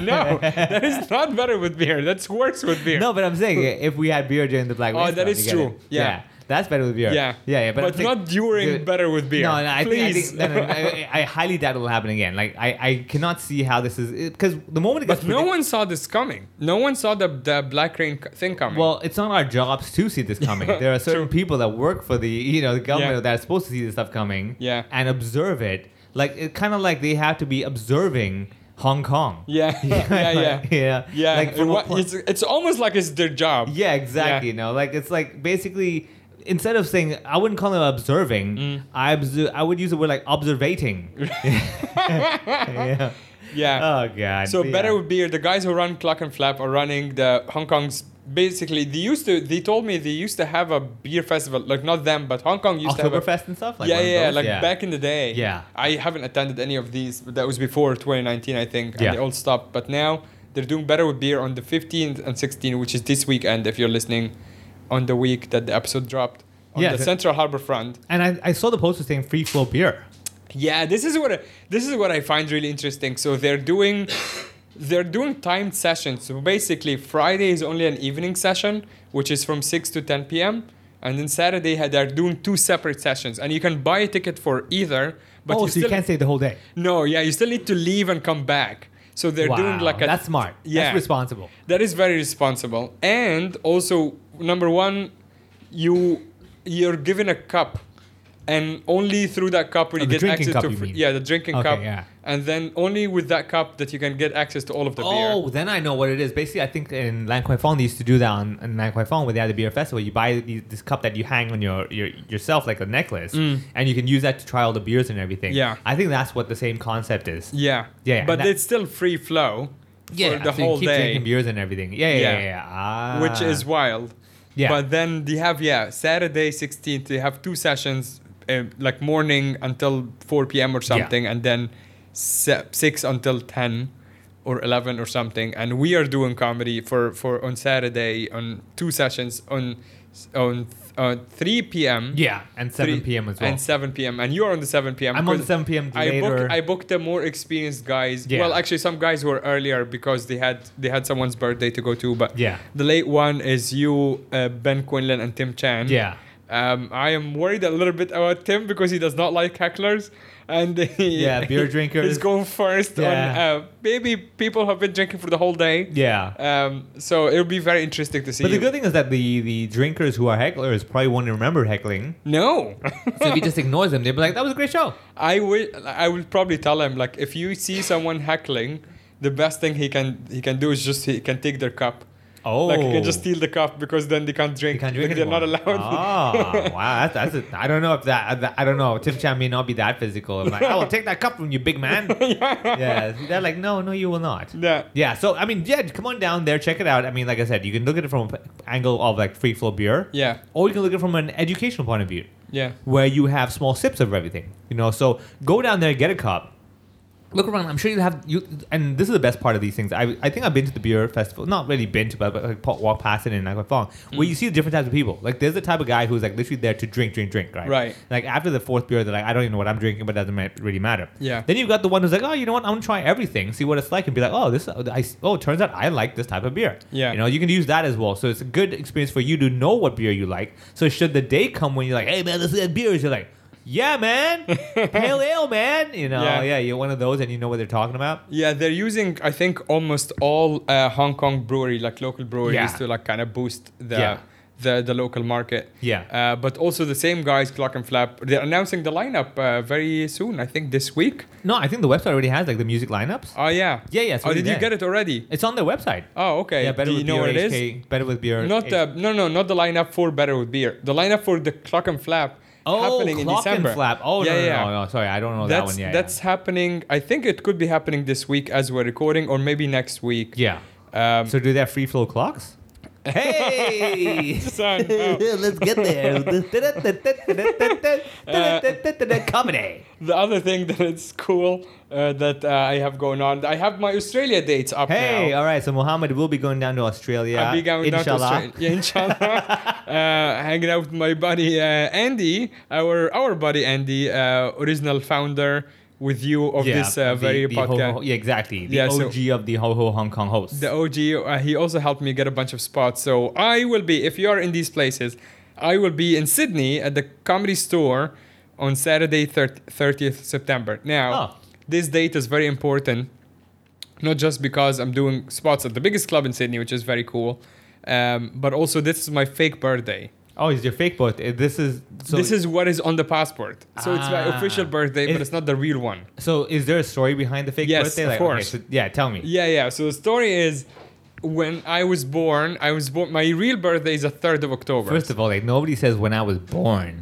Speaker 3: no, that is not better with beer. That's worse with beer.
Speaker 4: no, but I'm saying uh, if we had beer during the black
Speaker 3: Oh,
Speaker 4: rainstorm.
Speaker 3: that
Speaker 4: you
Speaker 3: is
Speaker 4: get it.
Speaker 3: true. Yeah.
Speaker 4: That's better with beer.
Speaker 3: Yeah.
Speaker 4: yeah, yeah. But, I'm
Speaker 3: But
Speaker 4: saying-
Speaker 3: not during
Speaker 4: Dude,
Speaker 3: better with beer.
Speaker 4: No, no, I think, I,
Speaker 3: Please.
Speaker 4: think, no, no, I, I I highly doubt it will happen again. Like I, I cannot see how this is because the moment it gets
Speaker 3: But no
Speaker 4: predict-
Speaker 3: one saw this coming. No one saw the, the Black Rain c- thing coming.
Speaker 4: Well, it's not our jobs to see this coming. there are certain people that work for the you know the government
Speaker 3: Yeah.
Speaker 4: that are supposed to see this stuff coming.
Speaker 3: Yeah.
Speaker 4: And observe it. Like it kind of like they have to be observing Hong Kong.
Speaker 3: yeah, yeah, yeah,
Speaker 4: yeah.
Speaker 3: yeah.
Speaker 4: Like from
Speaker 3: It
Speaker 4: a
Speaker 3: wa-
Speaker 4: point-
Speaker 3: it's, it's almost like it's their job.
Speaker 4: Yeah, exactly. You know, like it's like basically instead of saying I wouldn't call it observing,
Speaker 3: Mm.
Speaker 4: I observe, I would use the word like observating. yeah.
Speaker 3: yeah.
Speaker 4: Oh god.
Speaker 3: so
Speaker 4: But
Speaker 3: better
Speaker 4: yeah.
Speaker 3: would be the guys who run Clock and Flap are running the Hong Kong's. Basically, they used to. They told me they used to have a beer festival. Like not them, but Hong Kong used to have a
Speaker 4: Oktoberfest and stuff like
Speaker 3: yeah,
Speaker 4: one of
Speaker 3: yeah,
Speaker 4: those?
Speaker 3: like back in the day.
Speaker 4: Yeah.
Speaker 3: I haven't attended any of these. But that was before 2019, I think. And
Speaker 4: Yeah.
Speaker 3: they all stopped. But now they're doing better with beer on the 15th and 16th, which is this weekend if you're listening on the week that the episode dropped on
Speaker 4: Yeah,
Speaker 3: the
Speaker 4: the-
Speaker 3: Central Harbor Front.
Speaker 4: And I, I saw the poster saying free flow beer.
Speaker 3: Yeah, this is what I, this is what I find really interesting. So they're doing they're doing timed sessions. So basically, Friday is only an evening session, which is from six to ten p.m. And then Saturday ha- they're doing two separate sessions, and you can buy a ticket for either. But
Speaker 4: oh,
Speaker 3: you
Speaker 4: so you
Speaker 3: still-
Speaker 4: can't stay the whole day.
Speaker 3: No, yeah, you still need to leave and come back. So they're doing like a
Speaker 4: that's smart.
Speaker 3: Yeah,
Speaker 4: That's responsible.
Speaker 3: that is very responsible. And also, number one, you you're given a cup, and only through that cup will
Speaker 4: Oh,
Speaker 3: you
Speaker 4: the
Speaker 3: get
Speaker 4: drinking
Speaker 3: access
Speaker 4: cup,
Speaker 3: to
Speaker 4: you
Speaker 3: fr-
Speaker 4: mean.
Speaker 3: yeah the drinking
Speaker 4: Okay,
Speaker 3: cup.
Speaker 4: yeah.
Speaker 3: And then only with that cup that you can get access to all of the
Speaker 4: Oh,
Speaker 3: beer.
Speaker 4: then I know what it is. Basically, I think in Lan Kwai Fong they used to do that on, in Lan Kwai Fong where they had the beer festival. You buy these, this cup that you hang on your, your yourself like a necklace, and you can use that to try all the beers and everything.
Speaker 3: Mm. Yeah.
Speaker 4: I think that's what the same concept is.
Speaker 3: Yeah,
Speaker 4: Yeah, and
Speaker 3: But
Speaker 4: that-
Speaker 3: it's still free flow for the
Speaker 4: so
Speaker 3: whole
Speaker 4: you keep
Speaker 3: day,
Speaker 4: drinking beers and everything. Yeah, yeah, yeah,
Speaker 3: Yeah.
Speaker 4: yeah. yeah. Ah.
Speaker 3: which is wild.
Speaker 4: Yeah.
Speaker 3: But then they have yeah Saturday 16th they have two sessions um, like morning until 4 p.m. or something and then se- 6 until 10 or 11 or something and we are doing comedy for for on Saturday on two sessions on on uh, 3 p.m.
Speaker 4: yeah, and seven
Speaker 3: Three-
Speaker 4: p.m. as well.
Speaker 3: And 7 p.m. And you're on the 7 p.m.
Speaker 4: I'm on the
Speaker 3: because
Speaker 4: 7 p.m.
Speaker 3: I
Speaker 4: later.
Speaker 3: booked, I booked the more experienced guys.
Speaker 4: Yeah.
Speaker 3: Well, actually, some guys were earlier because they had they had someone's birthday to go to. But
Speaker 4: Yeah.
Speaker 3: the late one is you, uh, Ben Quinlan, and Tim Chan.
Speaker 4: Yeah.
Speaker 3: Um, I am worried a little bit about Tim because he does not like hecklers. And he,
Speaker 4: Yeah, beer drinkers.
Speaker 3: He's going first
Speaker 4: Yeah.
Speaker 3: on uh, maybe people have been drinking for the whole day.
Speaker 4: yeah.
Speaker 3: Um, so it'll be very interesting to see.
Speaker 4: But the good thing is that the, the drinkers who are hecklers probably won't remember heckling.
Speaker 3: no.
Speaker 4: So if he just ignores them, they'll be like, that was a great show.
Speaker 3: I will. I will probably tell him like if you see someone heckling, the best thing he can he can do is just he can take their cup.
Speaker 4: Oh.
Speaker 3: Like he can just steal the cup because then they can't drink.
Speaker 4: You can't
Speaker 3: Like,
Speaker 4: drink
Speaker 3: they're not
Speaker 4: anymore.
Speaker 3: allowed.
Speaker 4: Oh, wow. That's, that's a, I don't know if that, that- I don't know. Tim Chan may not be that physical. I'm like, I will take that cup from you, big man. yeah. They're like, no, no, you will not.
Speaker 3: yeah.
Speaker 4: Yeah, so I mean, yeah, come on down there, check it out. I mean, like I said, you can look at it from an angle of like free flow beer,
Speaker 3: Yeah.
Speaker 4: or you can look at it from an educational point of view,
Speaker 3: Yeah.
Speaker 4: where you have small sips of everything. You know, so go down there, get a cup, look around. I'm sure you'll have you. And this is the best part of these things. I, I think I've been to the beer festival, not really been to, but, but like pa- walk past it in Nagafong, Fong,
Speaker 3: Mm.
Speaker 4: where you see the different types of people. Like there's the type of guy who's like literally there to drink, drink, drink, right?
Speaker 3: Right.
Speaker 4: Like after the fourth beer, they're like, I don't even know what I'm drinking, but it doesn't ma- really matter.
Speaker 3: Yeah.
Speaker 4: Then you've got the one who's like, oh, you know what? I'm gonna try everything, see what it's like, and be like, oh, this, I, oh, it turns out I like this type of beer.
Speaker 3: Yeah.
Speaker 4: You know, you can use that as well. So it's a good experience for you to know what beer you like. So should the day come when you're like, hey man, let's get beers, you're like. Yeah, man. Pale ale, man. You know,
Speaker 3: Yeah.
Speaker 4: yeah, yeah, you're one of those and you know what they're talking about.
Speaker 3: Yeah, they're using I think almost all uh, Hong Kong brewery, like local breweries,
Speaker 4: Yeah.
Speaker 3: to like kind of boost the
Speaker 4: Yeah.
Speaker 3: the, the local market.
Speaker 4: Yeah.
Speaker 3: Uh, but also the same guys, Clock and Flap, they're announcing the lineup uh, very soon. I think this week.
Speaker 4: No, I think the website already has like the music lineups.
Speaker 3: Oh yeah.
Speaker 4: Yeah, yeah, it's
Speaker 3: oh,
Speaker 4: already
Speaker 3: did you
Speaker 4: there.
Speaker 3: get it already?
Speaker 4: It's on their website.
Speaker 3: Oh, okay.
Speaker 4: yeah, better
Speaker 3: Do you
Speaker 4: with
Speaker 3: know
Speaker 4: beer.
Speaker 3: what it is?
Speaker 4: HK, Better with beer.
Speaker 3: Not uh, the no no not the lineup for Better with Beer. The lineup for the Clock and Flap
Speaker 4: oh,
Speaker 3: happening in
Speaker 4: clock
Speaker 3: December.
Speaker 4: and flap. Oh
Speaker 3: yeah,
Speaker 4: no, no,
Speaker 3: yeah.
Speaker 4: no, no, sorry, I don't know that
Speaker 3: That's
Speaker 4: one. Yeah,
Speaker 3: that's happening. I think it could be happening this week as we're recording, or maybe next week.
Speaker 4: yeah.
Speaker 3: Um,
Speaker 4: yeah. So do they have free flow clocks? Hey.
Speaker 3: son, oh.
Speaker 4: Let's get there. Comedy.
Speaker 3: The other thing that it's cool uh, that uh, I have going on, I have my Australia dates up
Speaker 4: Hey,
Speaker 3: now.
Speaker 4: all right. So Mohammed will be going down to Australia.
Speaker 3: I'll be going down to
Speaker 4: inshallah.
Speaker 3: Australia. Yeah, inshallah. uh, hanging out with my buddy uh, Andy, our our buddy Andy, uh, original founder with you of this uh,
Speaker 4: the-
Speaker 3: very
Speaker 4: the
Speaker 3: podcast.
Speaker 4: ho-ho- yeah, exactly. The
Speaker 3: Yeah, so-
Speaker 4: OG of the Ho Ho Hong Kong host.
Speaker 3: The OG, uh, he also helped me get a bunch of spots. So I will be, if you are in these places, I will be in Sydney at the Comedy Store on Saturday, thir- 30th September. Now,
Speaker 4: Oh.
Speaker 3: this date is very important, not just because I'm doing spots at the biggest club in Sydney, which is very cool, um, but also this is my fake birthday.
Speaker 4: oh, it's your fake boat. Uh, This is so.
Speaker 3: this is what is on the passport. So it's my
Speaker 4: Ah.
Speaker 3: official birthday,
Speaker 4: Is-
Speaker 3: but it's not the real one.
Speaker 4: So is there a story behind the fake
Speaker 3: Yes,
Speaker 4: birthday?
Speaker 3: of
Speaker 4: okay,
Speaker 3: course.
Speaker 4: so- yeah, tell me.
Speaker 3: Yeah, yeah. So the story is when I was born, I was born. My real birthday is the third of October.
Speaker 4: First of all, like nobody says when I was born.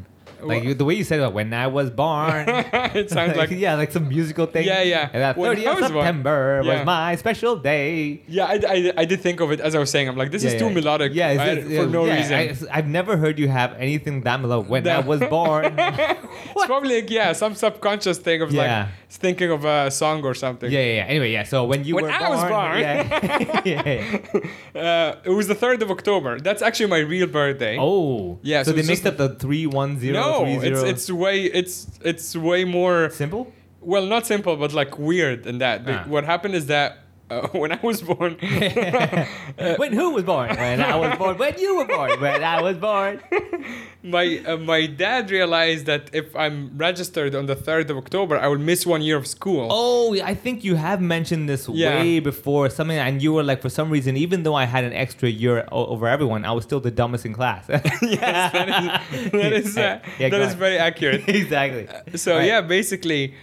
Speaker 4: Like
Speaker 3: Wha-
Speaker 4: you, the way you said it, when I was born.
Speaker 3: it sounds like yeah.
Speaker 4: yeah, like some musical thing.
Speaker 3: Yeah, yeah.
Speaker 4: And that
Speaker 3: When
Speaker 4: 30th
Speaker 3: I was born.
Speaker 4: September
Speaker 3: Yeah.
Speaker 4: was my special day.
Speaker 3: I, I, I did think of it as I was saying. I'm like, this
Speaker 4: Yeah,
Speaker 3: is
Speaker 4: yeah.
Speaker 3: too melodic.
Speaker 4: Yeah,
Speaker 3: I-
Speaker 4: it's, it's,
Speaker 3: for no
Speaker 4: yeah,
Speaker 3: reason.
Speaker 4: I, have never heard you have anything that mellow. When I
Speaker 3: That-
Speaker 4: was born. yeah,
Speaker 3: it's probably like, yeah, some subconscious thing of
Speaker 4: Yeah.
Speaker 3: like thinking of a song or something.
Speaker 4: yeah, yeah. Anyway, yeah. So when you
Speaker 3: When
Speaker 4: were
Speaker 3: I was born.
Speaker 4: Yeah, yeah.
Speaker 3: Uh, it was the third of October. That's actually my real birthday.
Speaker 4: Oh,
Speaker 3: Yeah,
Speaker 4: So,
Speaker 3: so
Speaker 4: they
Speaker 3: it's
Speaker 4: mixed up
Speaker 3: just-
Speaker 4: the three one zero.
Speaker 3: no,
Speaker 4: three,
Speaker 3: it's
Speaker 4: zero.
Speaker 3: it's way it's it's way more
Speaker 4: simple.
Speaker 3: well not simple but like weird than that. Be-
Speaker 4: Ah.
Speaker 3: What happened is that uh, when I was born, Uh,
Speaker 4: when who was born? When I was born. When you were born. When I was born.
Speaker 3: my uh, my dad realized that if I'm registered on the third of October, I will miss one year of school.
Speaker 4: Oh, I think you have mentioned this
Speaker 3: Yeah.
Speaker 4: way before. Something, and you were like, for some reason, even though I had an extra year o- over everyone, I was still the dumbest in class.
Speaker 3: yes, that is that is, uh,
Speaker 4: Yeah,
Speaker 3: that
Speaker 4: go
Speaker 3: is
Speaker 4: on.
Speaker 3: very accurate.
Speaker 4: exactly.
Speaker 3: So
Speaker 4: Right.
Speaker 3: yeah, basically,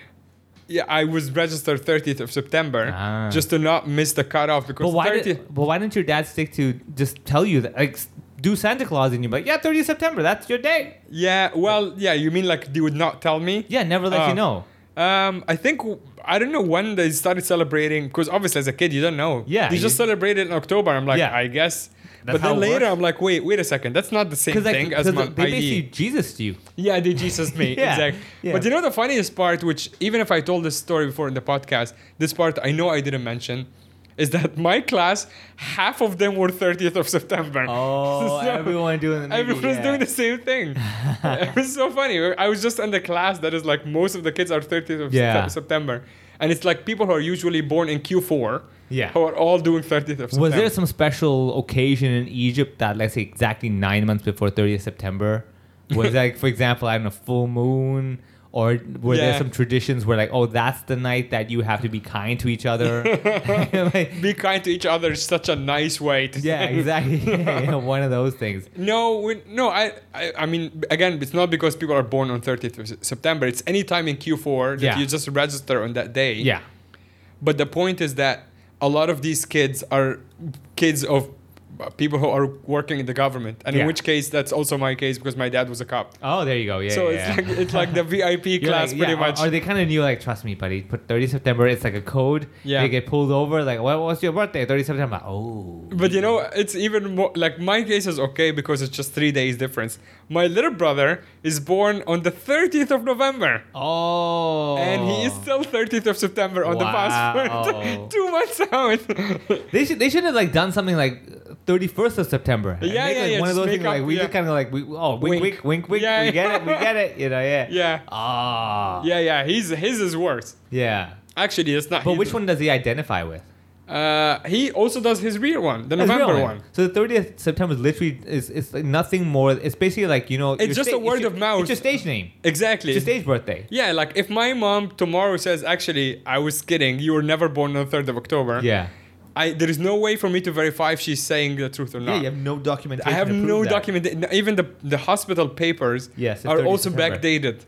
Speaker 3: yeah, I was registered 30th of September
Speaker 4: Ah.
Speaker 3: just to not miss the cutoff because
Speaker 4: But why?
Speaker 3: 30th.
Speaker 4: Did, but why didn't your dad stick to just tell you that? Like, s- do Santa Claus and you like, yeah, 30th September. That's your day.
Speaker 3: yeah, well, yeah, you mean like they would not tell me?
Speaker 4: Yeah, never let
Speaker 3: Oh.
Speaker 4: you know.
Speaker 3: Um, I think I don't know when they started celebrating because obviously as a kid you don't know.
Speaker 4: Yeah,
Speaker 3: they just
Speaker 4: you-
Speaker 3: celebrated in October. I'm like,
Speaker 4: Yeah.
Speaker 3: I guess.
Speaker 4: That's
Speaker 3: but
Speaker 4: how
Speaker 3: then
Speaker 4: it
Speaker 3: later
Speaker 4: works.
Speaker 3: I'm like, wait, wait a second, that's not the same
Speaker 4: Because like,
Speaker 3: thing as
Speaker 4: 'cause
Speaker 3: my E.
Speaker 4: they basically
Speaker 3: ID.
Speaker 4: Jesus to you.
Speaker 3: Yeah, they Jesus me.
Speaker 4: Yeah,
Speaker 3: Exactly.
Speaker 4: yeah.
Speaker 3: But you know the funniest part, which even if I told this story before in the podcast, this part I know I didn't mention, is that my class, half of them were 30th of September.
Speaker 4: Oh,
Speaker 3: So
Speaker 4: everyone doing E, it.
Speaker 3: Everyone's doing the same thing. it was so funny. I was just in the class that is like most of the kids are 30th of
Speaker 4: Yeah.
Speaker 3: Sept- September. And it's like people who are usually born in Q4
Speaker 4: Yeah.
Speaker 3: who are all doing 30th of September.
Speaker 4: Was there some special occasion in Egypt that, let's say, exactly nine months before 30th September? Was like, for example, I don't know, full moon? Or were there
Speaker 3: Yeah.
Speaker 4: some traditions where, like, oh, that's the night that you have to be kind to each other? Like,
Speaker 3: Be kind to each other is such a nice way to
Speaker 4: yeah, exactly. Yeah, yeah, one of those things.
Speaker 3: No, we, no. I, I, I mean, again, it's not because people are born on 30th of S- September. It's any time in Q4 that
Speaker 4: Yeah.
Speaker 3: you just register on that day.
Speaker 4: Yeah.
Speaker 3: But the point is that a lot of these kids are kids of uh, people who are working in the government, and
Speaker 4: Yeah.
Speaker 3: in which case that's also my case because my dad was a cop.
Speaker 4: Oh, there you go. Yeah.
Speaker 3: so
Speaker 4: yeah, yeah.
Speaker 3: it's like it's like the VIP
Speaker 4: You're
Speaker 3: class,
Speaker 4: like,
Speaker 3: pretty
Speaker 4: yeah,
Speaker 3: much.
Speaker 4: Or, or they kind of knew, like, trust me, buddy. Put 30 September. It's like a code.
Speaker 3: Yeah.
Speaker 4: They get pulled over. Like, what was your birthday? 30 September. Oh.
Speaker 3: But you know, it's even more like my case is okay because it's just three days difference. My little brother is born on the 30th of November.
Speaker 4: Oh.
Speaker 3: And he is still 30th of September on the
Speaker 4: Wow.
Speaker 3: passport. Two months out.
Speaker 4: They should they should have like done something like 31st of September. and
Speaker 3: Yeah,
Speaker 4: make,
Speaker 3: yeah,
Speaker 4: like,
Speaker 3: yeah,
Speaker 4: One of
Speaker 3: just
Speaker 4: those
Speaker 3: make
Speaker 4: things like
Speaker 3: up,
Speaker 4: we
Speaker 3: yeah.
Speaker 4: just kind of like we oh wink
Speaker 3: Wink.
Speaker 4: wink wink wink
Speaker 3: Yeah,
Speaker 4: we
Speaker 3: yeah.
Speaker 4: get it we get it you know yeah
Speaker 3: yeah.
Speaker 4: ah
Speaker 3: Yeah, yeah. He's his is worse.
Speaker 4: yeah.
Speaker 3: Actually, it's not.
Speaker 4: But
Speaker 3: his.
Speaker 4: which one does he identify with?
Speaker 3: Uh, he also does his real one, the
Speaker 4: His real
Speaker 3: November one.
Speaker 4: So the 30th September is literally is it's like nothing more. It's basically like you know your
Speaker 3: just a
Speaker 4: it's
Speaker 3: word
Speaker 4: your-
Speaker 3: of mouth.
Speaker 4: It's your stage name.
Speaker 3: Exactly.
Speaker 4: It's your stage birthday.
Speaker 3: yeah, like if my mom tomorrow says, "Actually, I was kidding. You were never born on the third of October."
Speaker 4: Yeah.
Speaker 3: I there is no way for me to verify if she's saying the truth or
Speaker 4: Yeah,
Speaker 3: not.
Speaker 4: you have no documentation.
Speaker 3: I have
Speaker 4: to prove
Speaker 3: no
Speaker 4: that.
Speaker 3: document. Even the the hospital papers
Speaker 4: Yes, it's
Speaker 3: are
Speaker 4: 30
Speaker 3: also
Speaker 4: September.
Speaker 3: backdated.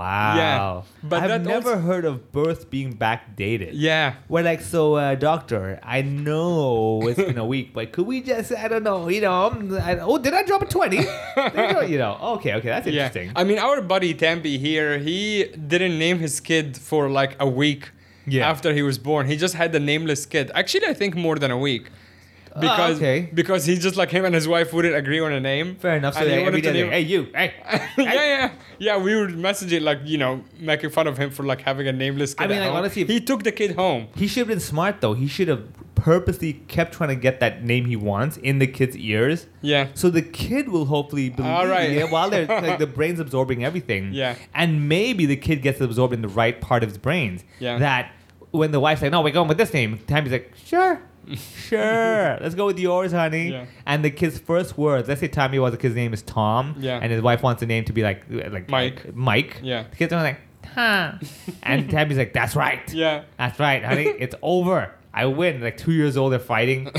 Speaker 4: Wow.
Speaker 3: Yeah, but
Speaker 4: I've
Speaker 3: that
Speaker 4: never
Speaker 3: also-
Speaker 4: heard of birth being backdated.
Speaker 3: Yeah.
Speaker 4: We're like, so, uh, doctor, I know it's been a week, but could we just, I don't know, you know, um, I, oh, did I drop a 20? you know, okay, okay, that's interesting.
Speaker 3: Yeah. I mean, our buddy Tempe here, he didn't name his kid for like a week
Speaker 4: Yeah.
Speaker 3: after he was born. He just had the nameless kid. Actually, I think more than a week.
Speaker 4: Ah,
Speaker 3: Because
Speaker 4: okay.
Speaker 3: because he just like him and his wife wouldn't agree on a name.
Speaker 4: Fair enough. So,
Speaker 3: And he
Speaker 4: like, every
Speaker 3: wanted to
Speaker 4: day,
Speaker 3: name-
Speaker 4: like, hey, you, hey.
Speaker 3: yeah, yeah, yeah. We were messaging like you know making fun of him for like having a nameless kid.
Speaker 4: I mean,
Speaker 3: at
Speaker 4: like,
Speaker 3: home.
Speaker 4: honestly, if-
Speaker 3: he took the kid home.
Speaker 4: He should have been smart, though. He should have purposely kept trying to get that name he wants in the kid's ears.
Speaker 3: Yeah.
Speaker 4: So the kid will hopefully believe
Speaker 3: All right.
Speaker 4: it while they're like the brain's absorbing everything.
Speaker 3: Yeah.
Speaker 4: And maybe the kid gets absorbed in the right part of his brains.
Speaker 3: Yeah.
Speaker 4: That when the wife's like, No, we're going with this name, Tammy's like, Sure. Sure. Let's go with yours, honey.
Speaker 3: Yeah.
Speaker 4: And the kid's first words, let's say Tommy was the kid's name is Tom.
Speaker 3: Yeah.
Speaker 4: And his wife wants the name to be like like
Speaker 3: Mike.
Speaker 4: Mike.
Speaker 3: Yeah.
Speaker 4: The kids are like, huh. and Tammy's like, That's right.
Speaker 3: Yeah.
Speaker 4: That's right, honey. It's over. I win. Like two years old, they're fighting.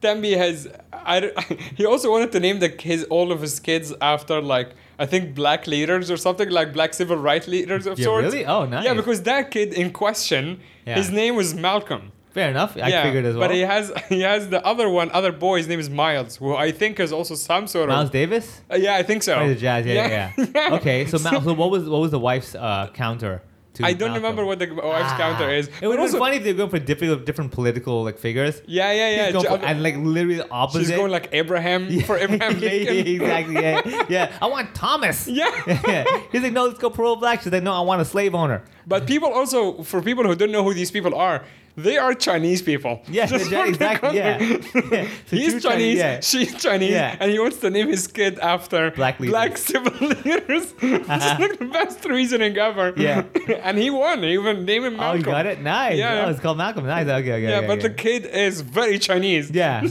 Speaker 3: Tembi has. I, don't- he also wanted to name the his all of his kids after like I think black leaders or something like black civil rights leaders of
Speaker 4: Yeah,
Speaker 3: sorts.
Speaker 4: really? Oh, nice.
Speaker 3: Yeah, because that kid in question,
Speaker 4: Yeah.
Speaker 3: his name was Malcolm.
Speaker 4: Fair enough. I
Speaker 3: yeah,
Speaker 4: figured as well.
Speaker 3: But he has he has the other one, other boy. His name is Miles, who I think is also some sort
Speaker 4: Miles
Speaker 3: of.
Speaker 4: Davis.
Speaker 3: Uh, yeah, I think so.
Speaker 4: Or the Jazz, yeah, yeah. yeah. okay, so, Mal- so what was what was the wife's uh, counter? to
Speaker 3: I don't
Speaker 4: Malcolm?
Speaker 3: remember what the wife's
Speaker 4: Ah.
Speaker 3: counter is.
Speaker 4: It would
Speaker 3: But
Speaker 4: have
Speaker 3: also-
Speaker 4: been funny if they were going for different different political like figures.
Speaker 3: Yeah,
Speaker 4: She's
Speaker 3: yeah, yeah.
Speaker 4: going
Speaker 3: Ju-
Speaker 4: for- and like literally the opposite.
Speaker 3: she's going like Abraham for Abraham
Speaker 4: yeah, yeah,
Speaker 3: Lincoln.
Speaker 4: exactly. Yeah, yeah. I want Thomas.
Speaker 3: yeah.
Speaker 4: He's like, no, let's go pro-black. She's like, no, I want a slave owner.
Speaker 3: But people also, for people who don't know who these people are, they are Chinese people.
Speaker 4: Yeah,
Speaker 3: Just
Speaker 4: yeah,
Speaker 3: for the
Speaker 4: exactly. Yeah.
Speaker 3: context.
Speaker 4: Yeah. So
Speaker 3: He's
Speaker 4: two
Speaker 3: Chinese,
Speaker 4: yeah.
Speaker 3: she's Chinese,
Speaker 4: Yeah.
Speaker 3: and he wants to name his kid after
Speaker 4: Black leaders. Uh-huh.
Speaker 3: black civil leaders. It's like the best reasoning ever.
Speaker 4: Yeah.
Speaker 3: and he won. He even named him
Speaker 4: Oh,
Speaker 3: Malcolm.
Speaker 4: you got it. Nice.
Speaker 3: Yeah.
Speaker 4: Oh, it's called Malcolm. Nice. Okay, okay.
Speaker 3: Yeah,
Speaker 4: okay,
Speaker 3: but
Speaker 4: okay.
Speaker 3: the kid is very Chinese.
Speaker 4: Yeah.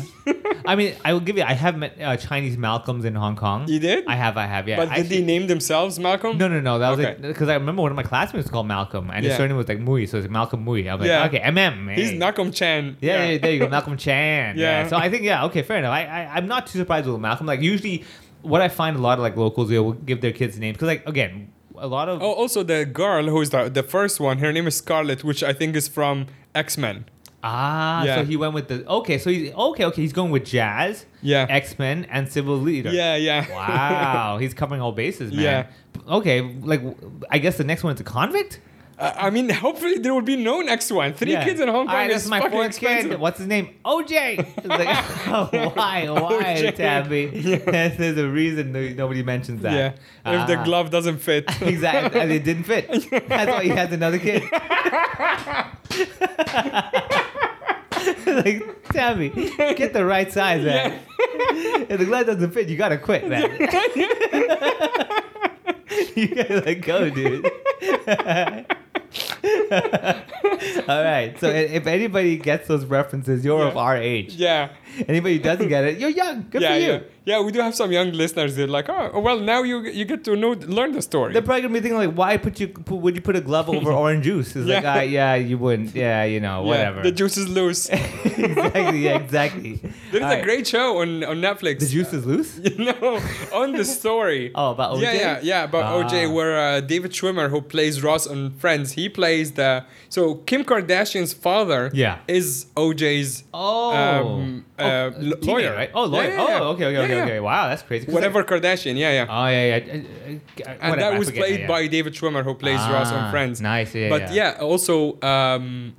Speaker 4: I mean, I will give you. I have met uh, Chinese Malcolms in Hong Kong.
Speaker 3: You did?
Speaker 4: I have. I have. Yeah.
Speaker 3: But
Speaker 4: I
Speaker 3: did they name themselves Malcolm?
Speaker 4: No, no, no. That was
Speaker 3: Okay.
Speaker 4: like because I remember one of my classmates was called Malcolm, and his
Speaker 3: Yeah.
Speaker 4: surname was like Mui, so it's Malcolm Mui. I was like,
Speaker 3: Yeah.
Speaker 4: okay, MM. eh?
Speaker 3: He's Malcolm Chan.
Speaker 4: Yeah, yeah, there you go, Malcolm Chan. Yeah.
Speaker 3: Yeah.
Speaker 4: So I think yeah, okay, fair enough. I, I I'm not too surprised with Malcolm. Like usually, what I find a lot of like locals they will give their kids names because like again, a lot of
Speaker 3: Oh, also the girl who is the, the first one, her name is Scarlet, which I think is from X Men.
Speaker 4: ah,
Speaker 3: Yeah.
Speaker 4: so he went with the okay, so he's okay, okay, he's going with jazz,
Speaker 3: Yeah.
Speaker 4: X Men, and civil leader.
Speaker 3: Yeah, yeah.
Speaker 4: Wow, he's covering all bases, man.
Speaker 3: Yeah.
Speaker 4: Okay, like I guess the next one is a convict.
Speaker 3: I I mean, hopefully there will be no next one. Three
Speaker 4: Yeah.
Speaker 3: kids in Hong Kong
Speaker 4: Alright,
Speaker 3: is
Speaker 4: this is my
Speaker 3: fucking
Speaker 4: fourth
Speaker 3: expensive.
Speaker 4: kid. What's his name? OJ. It's like, why, why,
Speaker 3: OJ.
Speaker 4: Tabby? There's a reason no- nobody mentions that.
Speaker 3: Yeah, if the
Speaker 4: Ah.
Speaker 3: glove doesn't fit.
Speaker 4: Exactly, and it didn't fit. That's why he has another kid. like, Tabby, get the right size, man. If the glove doesn't fit, you gotta quit, man. you gotta let go, dude. All right. So i- if anybody gets those references, you're of
Speaker 3: Yeah.
Speaker 4: our age.
Speaker 3: yeah,
Speaker 4: Anybody who doesn't get it, you're young. Good
Speaker 3: yeah,
Speaker 4: for you.
Speaker 3: yeah, yeah. We do have some young listeners. They're like, oh, well, now you you get to know learn the story.
Speaker 4: They're probably gonna be thinking like, why put you? Put, would you put a glove over orange juice? It's like,
Speaker 3: Yeah.
Speaker 4: ah, yeah, you wouldn't. Yeah, you know,
Speaker 3: Yeah,
Speaker 4: whatever.
Speaker 3: The juice is loose. there
Speaker 4: exactly. Yeah, exactly.
Speaker 3: is
Speaker 4: All
Speaker 3: a
Speaker 4: right.
Speaker 3: great show on on Netflix.
Speaker 4: The juice is loose.
Speaker 3: you know, on the story.
Speaker 4: Oh, about
Speaker 3: Yeah,
Speaker 4: OJ?
Speaker 3: yeah, yeah, about
Speaker 4: Ah.
Speaker 3: OJ, where uh, David Schwimmer, who plays Ross on Friends, he plays the. So Kim Kardashian's father
Speaker 4: Yeah.
Speaker 3: is OJ's
Speaker 4: Oh,
Speaker 3: um,
Speaker 4: Oh,
Speaker 3: uh,
Speaker 4: a
Speaker 3: l-
Speaker 4: teammate,
Speaker 3: lawyer.
Speaker 4: right? Oh, lawyer.
Speaker 3: Yeah, yeah, yeah.
Speaker 4: Oh, okay, okay,
Speaker 3: Yeah,
Speaker 4: okay,
Speaker 3: yeah.
Speaker 4: okay. Wow, that's crazy. 'Cause
Speaker 3: Whatever
Speaker 4: like-
Speaker 3: Kardashian, yeah, yeah.
Speaker 4: Oh yeah, yeah.
Speaker 3: and that was played by David Schwimmer, who plays Ross
Speaker 4: Ah,
Speaker 3: on Friends.
Speaker 4: nice, yeah,
Speaker 3: But
Speaker 4: yeah.
Speaker 3: yeah, also um,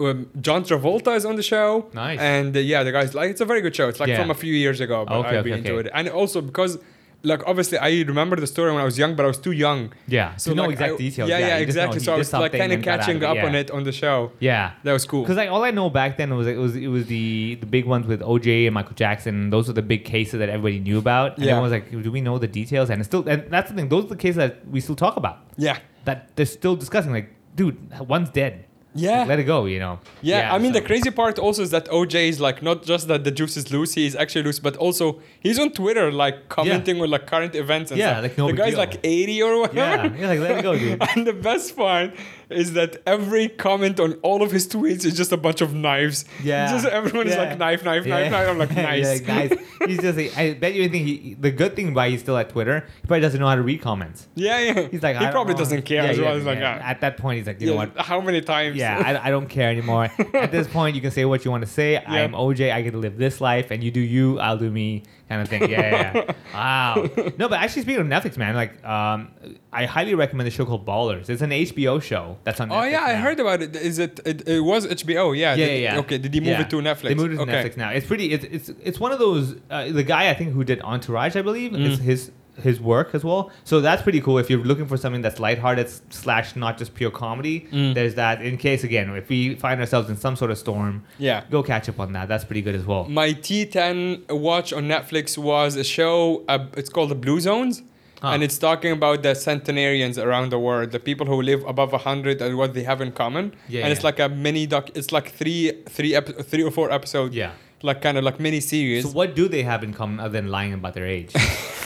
Speaker 3: um, John Travolta is on the show.
Speaker 4: Nice.
Speaker 3: And uh, yeah, the guys like it's a very good show. It's like
Speaker 4: Yeah.
Speaker 3: from a few years ago, but
Speaker 4: Okay, okay,
Speaker 3: I really
Speaker 4: okay.
Speaker 3: enjoyed it. And also because. Like obviously, I remember the story when I was young, but I was too young.
Speaker 4: Yeah, to know
Speaker 3: like,
Speaker 4: exact
Speaker 3: I-
Speaker 4: details.
Speaker 3: Yeah,
Speaker 4: Yeah,
Speaker 3: yeah,
Speaker 4: you just know
Speaker 3: exactly.
Speaker 4: he
Speaker 3: So I
Speaker 4: did
Speaker 3: was like
Speaker 4: something
Speaker 3: kind of
Speaker 4: and got out of
Speaker 3: catching
Speaker 4: it,
Speaker 3: up
Speaker 4: yeah.
Speaker 3: on it on the show.
Speaker 4: Yeah,
Speaker 3: That was cool.
Speaker 4: Because like all I know back then was like, it was it was the the big ones with OJ and Michael Jackson. Those are the big cases that everybody knew about. And
Speaker 3: Yeah.
Speaker 4: everyone was like, do we know the details? And it's still and that's the thing. Those are the cases that we still talk about.
Speaker 3: Yeah.
Speaker 4: That they're still discussing. Like, dude, one's dead.
Speaker 3: Yeah.
Speaker 4: Like, let it go. You know.
Speaker 3: Yeah, I mean
Speaker 4: so-
Speaker 3: the crazy part also is that OJ is like not just that the juice is loose, he is actually loose, but also he's on Twitter like commenting on like current events and
Speaker 4: Yeah,
Speaker 3: stuff.
Speaker 4: like, no
Speaker 3: the
Speaker 4: big
Speaker 3: guy's
Speaker 4: deal.
Speaker 3: like eighty or whatever.
Speaker 4: Yeah, yeah, like let it go, dude.
Speaker 3: and the best part is that every comment on all of his tweets is just a bunch of knives.
Speaker 4: Yeah.
Speaker 3: Just everyone is like knife, knife, knife, knife. I'm like nice.
Speaker 4: Yeah, like, nice. He's just like, I bet you think he, the good thing why he's still at Twitter, he probably doesn't know how to read comments.
Speaker 3: yeah, yeah.
Speaker 4: He's like, I
Speaker 3: he
Speaker 4: don't
Speaker 3: probably
Speaker 4: know.
Speaker 3: doesn't care
Speaker 4: Yeah,
Speaker 3: as well.
Speaker 4: yeah,
Speaker 3: He's like,
Speaker 4: yeah.
Speaker 3: ah,
Speaker 4: At that point, he's like, you know
Speaker 3: yeah,
Speaker 4: what?
Speaker 3: how many times?
Speaker 4: Yeah, I, I don't care anymore. At this point, you can say what you want to say. I am OJ. I get to live this life, and you do you. I'll do me, kind of thing. Yeah, yeah, yeah. wow. No, but actually, speaking of Netflix, man, like, um, I highly recommend the show called Ballers. It's an HBO show that's on.
Speaker 3: Oh
Speaker 4: Netflix
Speaker 3: yeah, I
Speaker 4: now.
Speaker 3: heard about it. Is it? It, it was HBO. Yeah.
Speaker 4: Yeah,
Speaker 3: Did-
Speaker 4: yeah, yeah.
Speaker 3: Okay. Did he move
Speaker 4: Yeah.
Speaker 3: it to Netflix?
Speaker 4: They moved it to
Speaker 3: okay.
Speaker 4: Netflix now. It's pretty. It's it's it's one of those. Uh, the guy I think who did Entourage, I believe,
Speaker 3: Mm.
Speaker 4: is his his work as well. So that's pretty cool. If you're looking for something that's lighthearted s- slash not just pure comedy,
Speaker 3: Mm.
Speaker 4: there's that. In case again, if we find ourselves in some sort of storm,
Speaker 3: Yeah. Mm.
Speaker 4: go catch up on that. That's pretty good as well.
Speaker 3: My T10 watch on Netflix was a show. Uh, it's called The Blue Zones,
Speaker 4: Huh.
Speaker 3: and it's talking about the centenarians around the world, the people who live above hundred and what they have in common.
Speaker 4: Yeah,
Speaker 3: and it's
Speaker 4: yeah.
Speaker 3: like a mini doc. It's like three, three, epi- three or four episodes.
Speaker 4: Yeah.
Speaker 3: Like kind of like mini series.
Speaker 4: So what do they have in common other than lying about their age?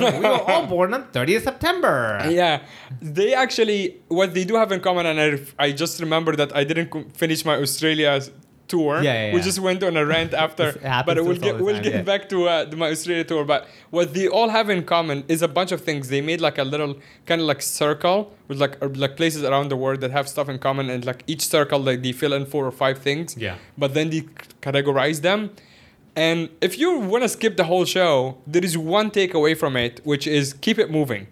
Speaker 4: we were all born on 30th September.
Speaker 3: yeah they actually what they do have in common and i, ref- I just remember that i didn't co- finish my australia s- tour
Speaker 4: Yeah, yeah,
Speaker 3: we
Speaker 4: yeah.
Speaker 3: just went on a rant after
Speaker 4: It happens
Speaker 3: but
Speaker 4: to
Speaker 3: we'll
Speaker 4: us all
Speaker 3: get
Speaker 4: the
Speaker 3: we'll
Speaker 4: time,
Speaker 3: get
Speaker 4: yeah.
Speaker 3: back to uh, the- my australia tour but what they all have in common is a bunch of things they made like a little kind of like circle with like or like places around the world that have stuff in common and like each circle like they fill in four or five things
Speaker 4: Yeah.
Speaker 3: but then they c- categorize them and if you want to skip the whole show there is one takeaway from it which is keep it moving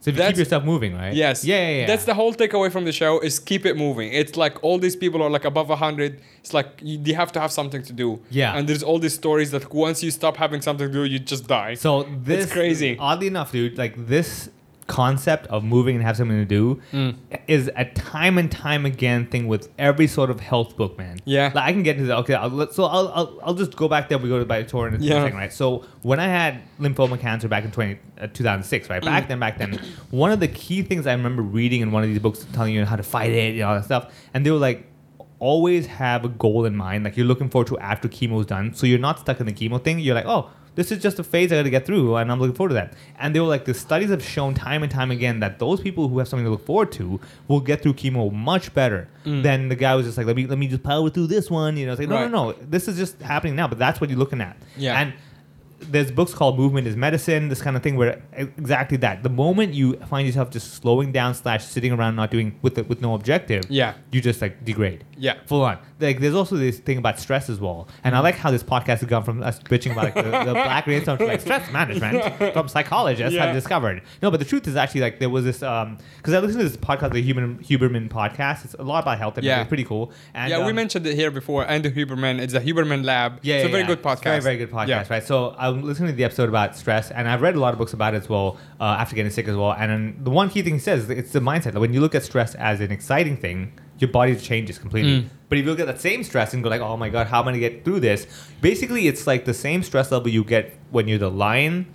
Speaker 4: So if you keep
Speaker 3: That's-
Speaker 4: yourself moving, right?
Speaker 3: Yes.
Speaker 4: Yeah, yeah, yeah.
Speaker 3: That's the whole takeaway from the show is keep it moving. It's like all these people are like above 100. It's like you, they have to have something to do.
Speaker 4: Yeah.
Speaker 3: And there's all these stories that once you stop having something to do, you just die.
Speaker 4: So this
Speaker 3: crazy.
Speaker 4: Oddly enough, dude, like this concept of moving and have something to do
Speaker 3: Mm.
Speaker 4: is a time and time again thing with every sort of health book, man.
Speaker 3: Yeah.
Speaker 4: like I can get into that. Okay, I'll, let- so I'll, I'll I'll just go back there. We go to by tour in a
Speaker 3: Yeah.
Speaker 4: second, right? So when I had lymphoma cancer back in 20, uh, 2006, right? Back then, back then, one of the key things I remember reading in one of these books telling you how to fight it and all that stuff, and they were like. Always have a goal in mind, like you're looking forward to after chemo's done, so you're not stuck in the chemo thing. You're like, oh, this is just a phase I got to get through, and I'm looking forward to that. And they were like, the studies have shown time and time again that those people who have something to look forward to will get through chemo much better than the guy who's just like, let me let me just power through this one. You know, it's like, no,
Speaker 3: Right.
Speaker 4: no, no, this is just happening now. But that's what you're looking at.
Speaker 3: Yeah.
Speaker 4: And there's books called Movement is Medicine, this kind of thing, where exactly that. The moment you find yourself just slowing down slash sitting around not doing with with no objective,
Speaker 3: Yeah.
Speaker 4: you just like degrade.
Speaker 3: Yeah.
Speaker 4: Full on. Like there's also this thing about stress as well. And
Speaker 3: Mm.
Speaker 4: I like how this podcast has gone from us bitching about like, the, the black renaissance to like stress management from psychologists
Speaker 3: Yeah.
Speaker 4: have discovered. No, but the truth is actually like there was this um because I listened to this podcast, the Human Huberman podcast. It's a lot about health and
Speaker 3: Yeah.
Speaker 4: it's pretty cool. And
Speaker 3: yeah, we
Speaker 4: um,
Speaker 3: mentioned it here before. Andrew Huberman. It's a Huberman Lab.
Speaker 4: yeah,
Speaker 3: It's a
Speaker 4: yeah,
Speaker 3: very
Speaker 4: yeah.
Speaker 3: good podcast.
Speaker 4: It's very, very good podcast,
Speaker 3: Yeah.
Speaker 4: right? So I'm listening to the episode about stress, and I've read a lot of books about it as well uh, after getting sick as well. And then the one key thing he says is it's the mindset. Like when you look at stress as an exciting thing, your body changes
Speaker 3: Mm.
Speaker 4: completely. But if you look at that same stress and go like, "Oh my god, how am I gonna get through this?" Basically, it's like the same stress level you get when you're the lion.